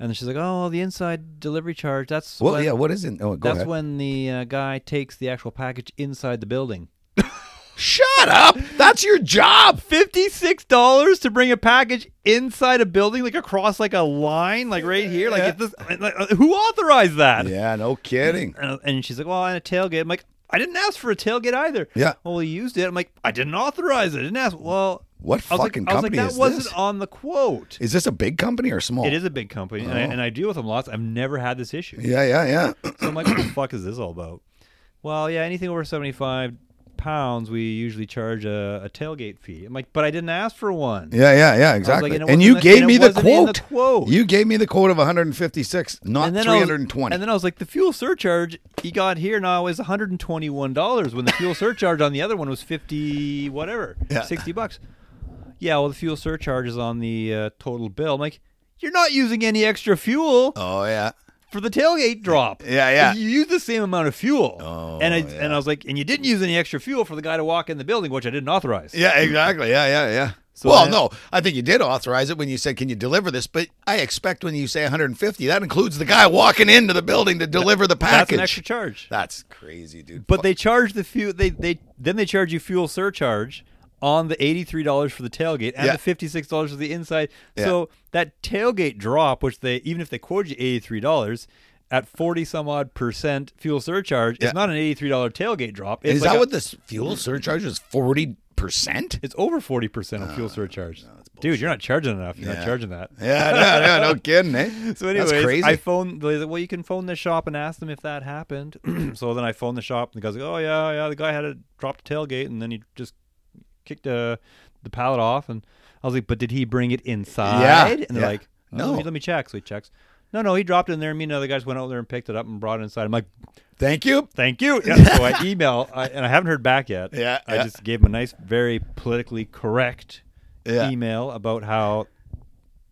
And then she's like, oh, well, the inside delivery charge. That's Well, when, yeah. What is it? Oh, go that's ahead. when the uh, guy takes the actual package inside the building. Shut up. That's your job. Fifty-six dollars to bring a package inside a building, like across like a line, like right here. Like, Yeah. if this, like, uh, who authorized that? Yeah. No kidding. And, and she's like, well, and a tailgate. I'm like, I didn't ask for a tailgate either. Yeah. Well, we used it. I'm like, I didn't authorize it. I didn't ask. Well, What I was fucking like, I was like, company that is wasn't this? on the quote. Is this a big company or small? It is a big company, and, I, Oh. and I deal with them lots. I've never had this issue. Yeah, yeah, yeah. So I'm like, what the fuck is this all about? Well, yeah, anything over 75 pounds, we usually charge a, a tailgate fee. I'm like, but I didn't ask for one. Yeah, yeah, yeah, like, exactly. and it and you wasn't- gave and it me the wasn't in the quote. quote. You gave me the quote of 156, not And then, I was, 320. and then I was like, the fuel surcharge you got here now is $121 when the fuel surcharge on the other one was 50 whatever, Yeah. 60 bucks. Yeah, well, the fuel surcharge is on the uh, total bill. I'm like, you're not using any extra fuel. oh yeah. for the tailgate drop. Yeah, yeah. You used the same amount of fuel. Oh, and I yeah. and I was like, and you didn't use any extra fuel for the guy to walk in the building, which I didn't authorize. Yeah, exactly. Yeah, yeah, yeah. So well, then- no, I think you did authorize it when you said, "Can you deliver this?" But I expect when you say 150, that includes the guy walking into the building to deliver the That's package. an extra charge. That's crazy, dude. But they charge the fuel. They they then they charge you fuel surcharge on the eighty three dollars for the tailgate and Yeah. the fifty six dollars for the inside. Yeah. So that tailgate drop, which they even if they quoted you eighty three dollars, at 40 some odd percent fuel surcharge, Yeah. it's not an $83 tailgate drop. It's Is like that a- what this fuel surcharge is? Forty percent? It's over 40% of fuel surcharge. Ah, that's Dude, you're not charging enough. You're Yeah. not charging that. Yeah, no, no, no kidding, eh? So anyways, That's crazy. I phoned. They said, well, you can phone the shop and ask them if that happened. so then I phoned the shop, and the guy's like, "Oh yeah, yeah." The guy had a dropped the tailgate, and then he just kicked uh, the pallet off, and I was like, "But did he bring it inside?" and they're yeah. like, oh, No. Let me, let me check. So he checks. No, no, he dropped it in there. Me and the other guys went out there and picked it up and brought it inside. I'm like, Thank you. "Thank you." Yeah, so I email, I, and I haven't heard back yet. Yeah, I yeah. just gave him a nice, very politically correct Yeah. email about how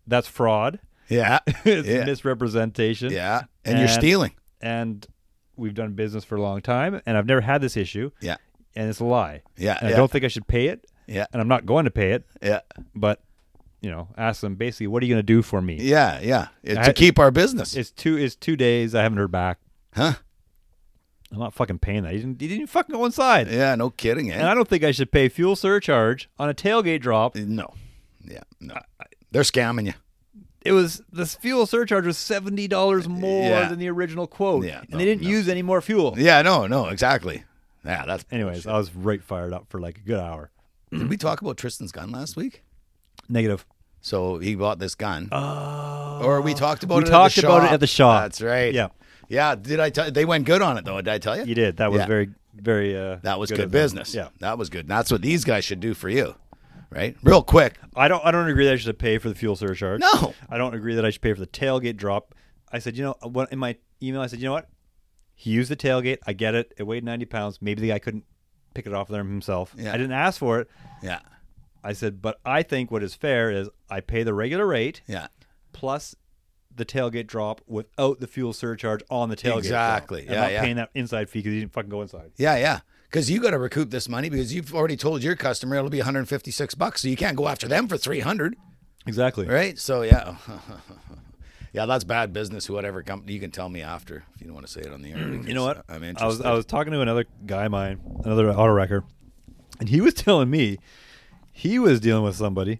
that's fraud. Yeah, it's Yeah. misrepresentation yeah, and you're And- stealing. and we've done business for a long time, and I've never had this issue. Yeah. and it's a lie. Yeah, and yeah. I don't think I should pay it, Yeah, and I'm not going to pay it. yeah, But you know, ask them basically, what are you going to do for me? yeah, yeah. It- to I- keep our business, It's two. It's two days. I haven't heard back. huh? I'm not fucking paying that. He didn't. He didn't fucking go inside. Yeah, no kidding, eh? And I don't think I should pay fuel surcharge on a tailgate drop. No, yeah, no. They're scamming you. It was this fuel surcharge was seventy dollars more Uh, Yeah. than the original quote, Yeah, and no, they didn't no. use any more fuel. Yeah, no, no, exactly. Yeah, that's. Anyways, I was right fired up for like a good hour. did we talk about Tristan's gun last week? Negative. Uh, So he bought this gun, or we talked we about it. at the talked about it shop. at the shop. That's right. Yeah. yeah. Did I tell? They went good on it though. Did I tell you? You did. That was Yeah. very, very. Uh, That was good, of them. business. Yeah, that was good. That's what these guys should do for you, right? Real quick. I don't. I don't agree that I should pay for the fuel surcharge. No. I don't agree that I should pay for the tailgate drop. I said, you know, uh, what in my email, I said, you know what? He used the tailgate. I get it. It weighed ninety pounds. Maybe the guy couldn't pick it off there himself. Yeah. I didn't ask for it. Yeah, I said, but I think what is fair is I pay the regular rate yeah. plus the tailgate drop without the fuel surcharge on the tailgate. drop. Exactly. I'm Yeah, not yeah. paying that inside fee because he didn't fucking go inside. Yeah, yeah. Because you got to recoup this money because you've already told your customer it'll be 156 bucks, so you can't go after them for 300, Exactly. right? So yeah, yeah, that's bad business. Whatever company you can tell me after if you don't want to say it on the air. You know what? I'm interested. I was I was talking to another guy of mine, another auto wrecker, and he was telling me he was dealing with somebody,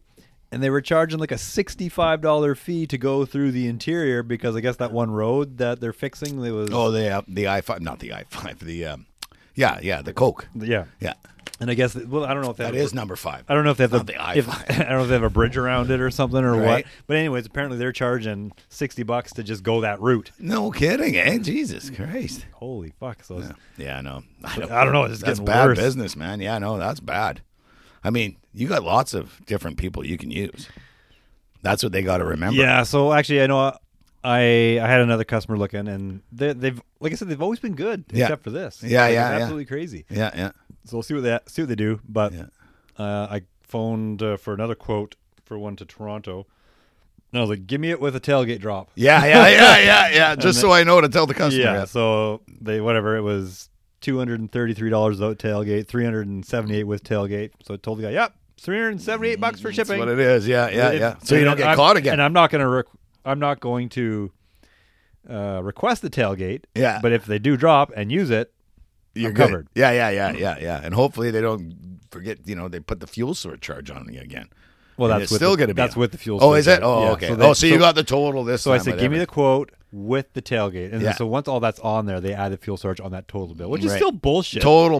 and they were charging like a sixty five dollar fee to go through the interior because I guess that one road that they're fixing it was oh, the uh, the i five, not the i five, the um, yeah, yeah, the Coke. yeah, Yeah, and I guess well I don't know if that that is number five. I don't know if they have Not the, the if, I-5. I don't know if they have a bridge around it or something or what. Right. But anyways, apparently they're charging sixty bucks to just go that route. No kidding, eh? Jesus Christ. Holy fuck! So it's- Yeah, I know. I don't, I don't know, it's that's getting bad worse. business, man. Yeah, no, that's bad. I mean, you got lots of different people you can use. That's what they got to remember. Yeah. So actually, I know uh, I I had another customer looking, and they, they've like I said, they've always been good Yeah. except for this. Yeah, Like, yeah, it's yeah. absolutely crazy. yeah, yeah. So we'll see what they see what they do. But Yeah. uh, I phoned uh, for another quote for one to Toronto, and I was like, "Give me it with a tailgate drop." Yeah, yeah, yeah, yeah, yeah. Just so I know to tell the customer. Yeah. Yeah, So they whatever it was. Two hundred and thirty-three dollars without tailgate, three hundred and seventy-eight with tailgate. So I told the guy, "Yep, three hundred and seventy-eight bucks for that's shipping." what it is. Yeah, yeah, If- yeah. So you and don't get I'm- caught again. And I'm not going to. Rec- I'm not going to uh, request the tailgate. Yeah. But if they do drop and use it, You're I'm good. covered. Yeah, yeah, yeah, yeah, yeah. And hopefully they don't forget. You know, they put the fuel surcharge on you again. well, And that's it's with still the, going to be. That's on. with the fuel. Oh, is it? surcharge. Oh, Yeah, okay. they- oh, so, you got the total this. So I time, said, give me whatever. the quote with the tailgate, and Yeah. then so once all that's on there, they add the fuel surcharge on that total bill, which is Right. still bullshit. total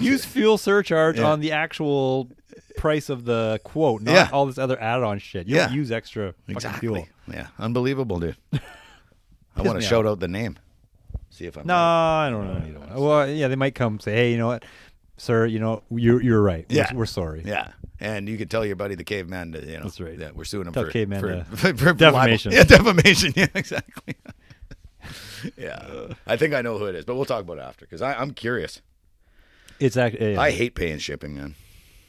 Use fuel surcharge Yeah. on the actual price of the quote, not Yeah. all this other add-on shit. You don't Yeah. use extra fucking fuel. Yeah, unbelievable, dude. I want me to shout out the name. See if I'm No, right. I don't know. well, yeah, they might come say, "Hey, you know what, sir? You know, you're you're right. We're- Yeah. We're, sorry. Yeah, and you could tell your buddy the caveman that you know That's right. that we're suing him Tell for, caveman for, to- for, for defamation. libel. Yeah, defamation. Yeah, exactly. yeah, I think I know who it is, but we'll talk about it after because I'm curious. It's actually yeah. I hate paying shipping, man,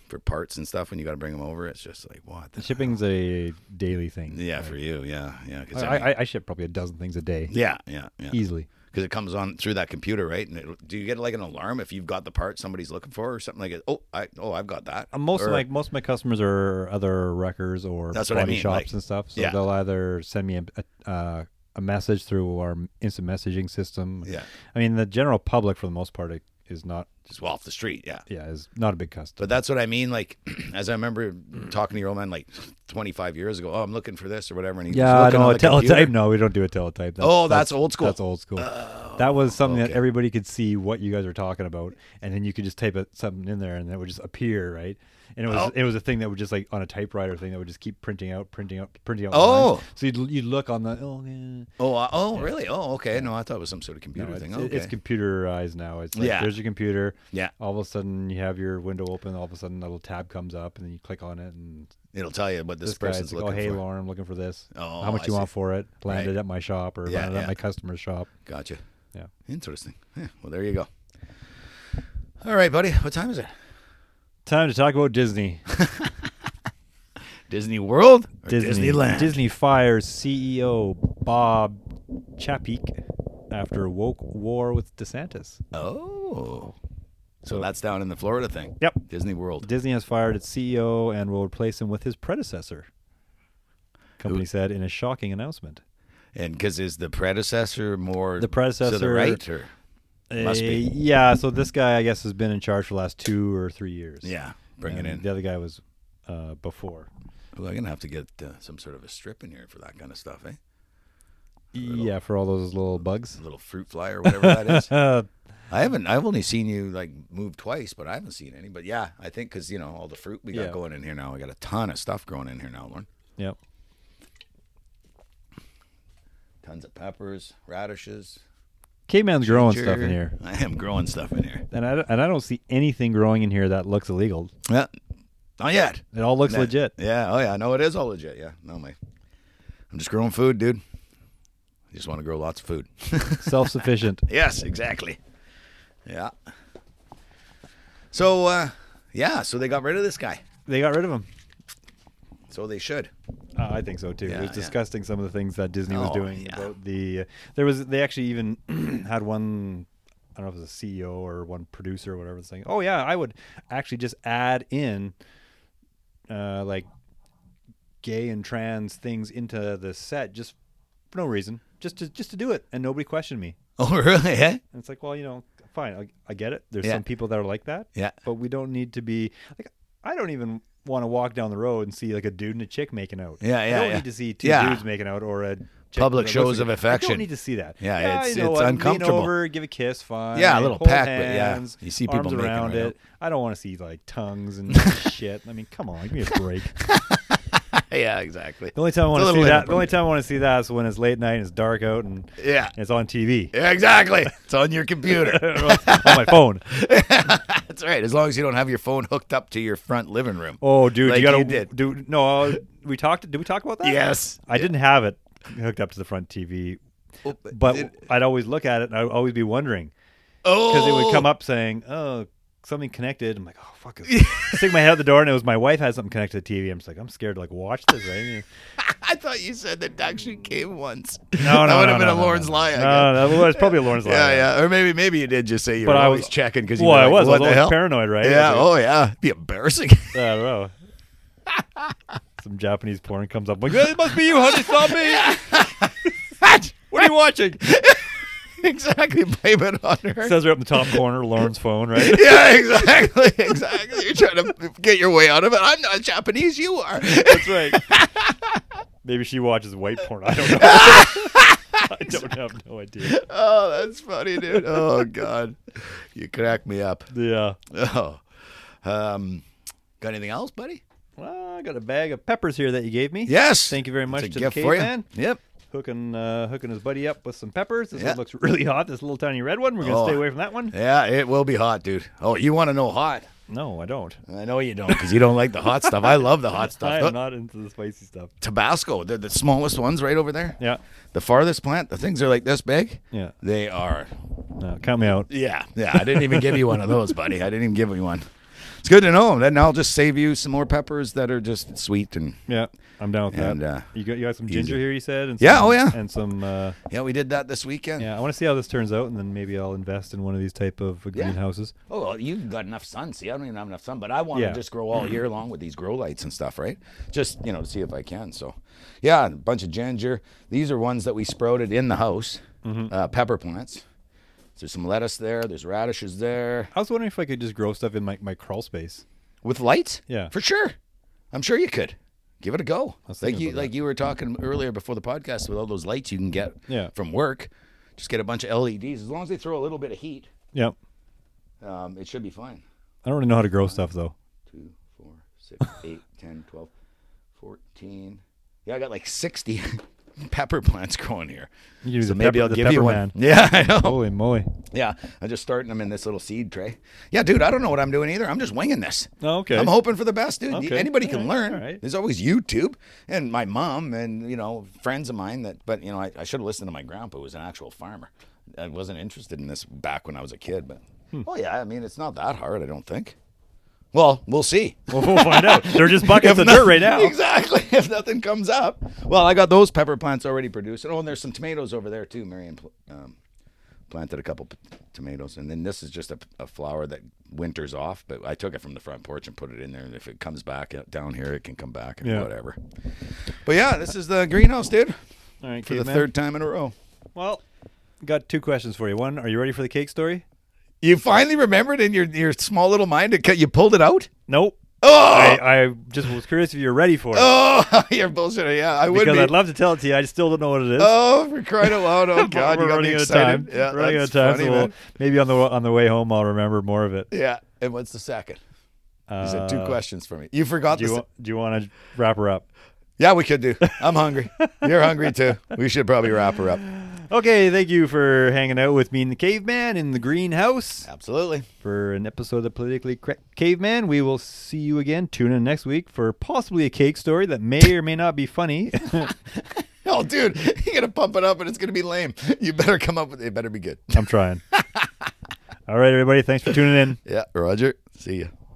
for parts and stuff when you got to bring them over. It's just like what. The shipping's a daily thing. yeah, for you. Yeah, yeah. 'cause I, I mean- I, I ship probably a dozen things a day yeah, yeah, yeah. easily. because it comes on through that computer, right? And it, do you get like an alarm if you've got the part somebody's looking for or something like it? Oh, I oh I've got that. Uh, Most Or- of my most of my customers are other wreckers or That's what I body mean, shops like- and stuff. So yeah. they'll either send me a, a, uh, a message through our instant messaging system. yeah, I mean, the general public for the most part is not just off the street. Yeah. Yeah, it's not a big customer. But that's what I mean. Like, as I remember talking to your old man like 25 years ago, oh, I'm looking for this or whatever. And he's yeah, looking no, on a the computer. teletype. No, we don't do a teletype. Oh, that's old school. Uh, That's old school. that was something okay. that everybody could see what you guys were talking about, and then you could just type it, something in there, and it would just appear, right? And it was Oh. it was a thing that would just like on a typewriter thing that would just keep printing out, printing out, printing out. Oh. lines. so you'd you'd look on the oh yeah. Oh, uh, oh, really? Oh, okay. No, I thought it was some sort of computer No, it's, thing. it- Okay. it's computerized now. It's like Yeah. there's your computer. Yeah. All of a sudden you have your window open. All of a sudden a little tab comes up, and then you click on it, and It'll tell you what this, this, person's guy's like, "Oh, looking hey, for. Lauren, I'm looking for this. Oh, How much I you see. want for it? Landed Right. at my shop, or Yeah, landed yeah. at my customer's shop." Gotcha. Yeah. Interesting. Yeah, well, there you go. All right, buddy. What time is it? Time to talk about Disney. Disney World or Disney, Disneyland? Disney fires CEO Bob Chapek after woke war with DeSantis. Oh. So that's down in the Florida thing. Yep. Disney World. Disney has fired its CEO and will replace him with his predecessor. Company said in a shocking announcement. And because is the predecessor more The to the predecessor- right or Must be. Uh, Yeah, so this guy I guess has been in charge for the last two or three years. yeah, bring And it in. The other guy was uh, before. Well, I'm gonna have to get uh, some sort of a strip in here for that kind of stuff, eh? Yeah, for all those little bugs. A little fruit fly or whatever that is. Uh, I haven't. I've only seen you like move twice, but I haven't seen any. But yeah, I think because you know all the fruit we got Yeah. going in here now. I got a ton of stuff growing in here now, Lauren. yep. Tons of peppers, radishes. Caveman's growing stuff ginger. in here. I am growing stuff in here. And I, don't- and I don't see anything growing in here that looks illegal. Yeah, not yet. It all looks Nah. legit. Yeah. Oh yeah. No, it is all legit. Yeah. No, my. I'm just growing food, dude. I just want to grow lots of food. self sufficient. Yes, exactly. Yeah. So, uh, yeah, so they got rid of this guy. They got rid of him. So they should. Uh, I think so too. Yeah, it was yeah. disgusting some of the things that Disney was Oh, doing yeah. about the. Uh, there was they actually even had one. I don't know if it was a CEO or one producer or whatever saying, "Oh yeah, I would actually just add in, uh, like, gay and trans things into the set just for no reason, just to just to do it, and nobody questioned me." Oh, really? Eh? And it's like, well, you know, fine, I, I get it. There's Yeah. some people that are like that. Yeah. But we don't need to be like. I don't even want to walk down the road and see like a dude and a chick making out. Yeah, yeah, I don't yeah. need to see two Yeah. dudes making out or a chick Public with a- shows of I affection. don't need to see that. Ah, Yeah, it's- you know it's what, uncomfortable. Lean over, give a kiss, fine. Yeah, a little hold peck, but yeah, hands, you see people arms making around right it. out. I don't want to see like tongues and shit. I mean, come on, give me a break. yeah, exactly. The only time I want It's a to see little that, the only inappropriate. time I want to see that is when it's late night and it's dark out and Yeah. and it's on TV, Yeah, exactly. It's on your computer. Or else on my phone. That's right. As long as you don't have your phone hooked up to your front living room. Oh, dude, Like you gotta you did. dude. No, uh, we talked. Did we talk about that? Yes. I didn't have it hooked up to the front TV, Oh, but did- I'd always look at it and I'd always be wondering oh, because it would come up saying, "Oh, something connected." I'm like, "Oh, fuck!" It. Stick my head out the door and it was my wife had something connected to the TV. I'm just like, I'm scared to like watch this. Right? I thought you said that actually came once. No, no, that would no, have been no, a no, Lauren's no. lie. I No, guess. no, no, well, it's probably a Lawrence lie. Yeah, yeah. Or maybe, maybe you did just say you But were I always was- checking because you Well, were I like, was. I was What the always hell? paranoid, right? I was Yeah. like, Oh, yeah. Be embarrassing. I don't know. Some Japanese porn comes up. I'm like, it must be you, honey. Stop me. what are you watching? exactly. Blame it on her. Says right up in the top corner, Lauren's phone, right? yeah, exactly, exactly. You're trying to get your way out of it. I'm not Japanese. You are. That's right. Maybe she watches white porn. I don't know. I don't have no idea. Oh, that's funny, dude. Oh God, you crack me up. Yeah. Oh, um, got anything else, buddy? Well, I got a bag of peppers here that you gave me. Yes. Thank you very much It's to a the gift for you. caveman. Yep. Hooking uh, hooking his buddy up with some peppers. This Yeah. one looks really hot. This little tiny red one. We're gonna Oh. stay away from that one. Yeah, it will be hot, dude. Oh, you want to know hot? No, I don't. I know you don't because you don't like the hot stuff. I love the hot I stuff. am Look, not into the spicy stuff. Tabasco, they're the smallest ones right over there. Yeah. The farthest plant, the things are like this big. Yeah. They are. No, count me out. Yeah. Yeah. I didn't even give you one of those, buddy. I didn't even give you one. It's good to know. Then I'll just save you some more peppers that are just sweet and. Yeah. I'm down with And, that. uh, you got you got some ginger easy. here, you said? And Yeah, some- oh, yeah. And some uh, Yeah, we did that this weekend. yeah, I want to see how this turns out and then maybe I'll invest in one of these type of uh, greenhouses. Oh, well, you've got enough sun. See, I don't even have enough sun, but I want Yeah. to just grow all year long with these grow lights and stuff, right? Just, you know, to see if I can. So, yeah, a Mm-hmm. bunch of ginger. These are ones that we sprouted in the house, uh, pepper plants. There's some lettuce there. There's radishes there. I was wondering if I could just grow stuff in my, my crawl space. With lights? Yeah. For sure. I'm sure you could. Give it a go. was Like thinking you about like you were talking earlier before the podcast with all those lights you can get Yeah. from work. Just get a bunch of LEDs. As long as they throw a little bit of heat, Yep. um, it should be fine. I don't really know how to grow stuff though. Two, four, six, eight, ten, twelve, fourteen. Yeah, I got like sixty pepper plants growing here. You Oh. could be so the maybe pepper- I'll the give you pepper one. man. Yeah, I know. Holy moly! Yeah, I'm just starting them in this little seed tray. Yeah, dude, I don't know what I'm doing either. I'm just winging this. Oh, okay. I'm hoping for the best, dude. Okay. Anybody All can right, learn. all right. There's always YouTube and my mom and you know friends of mine that. But you know, I, I should have listened to my grandpa, who was an actual farmer. I wasn't interested in this back when I was a kid, but Hmm. oh yeah, I mean, it's not that hard, I don't think. Well, we'll see. Well, we'll find out. They're just buckets If of dirt nothing- right now. Exactly. If nothing comes up, well, I got those pepper plants already produced. Oh, and there's some tomatoes over there too. Marion pl- um, planted a couple p- tomatoes, and then this is just a, a flower that winters off. But I took it from the front porch and put it in there. And if it comes back out- down here, it can come back and Yeah. whatever. But yeah, this is the greenhouse, dude, All right, for the caveman. third time in a row. Well, got two questions for you. One, are you ready for the cake story? You finally remembered in your your small little mind. It, cut- you pulled it out. Nope. Oh, I, I just was curious if you're ready for it oh, you're bullshitting. Yeah, I would because be. I'd love to tell Uh, it Uh, to you. I still don't know what it is. Oh, for crying out loud! Oh But God, we're you got me running out of time. excited. Yeah, We're running out that's of time. funny, so we'll, man. maybe on the on the way home, I'll remember more of it. Yeah, and what's the second? Is it two Uh, questions for me? You forgot Do the. you se- wa- do you want to wrap her up? yeah, we could do. I'm hungry. You're hungry too. We should probably wrap her up. Okay, thank you for hanging out with me and the caveman in the greenhouse Absolutely. for an episode of the Politically Correct Caveman. We will see you again. Tune in next week for possibly a cake story that may or may not be funny. Oh, dude, you're gonna pump it up, and it's gonna be lame. You better come up with it. Better be good. I'm trying. All right, everybody. Thanks for tuning in. Yeah, Roger. See ya.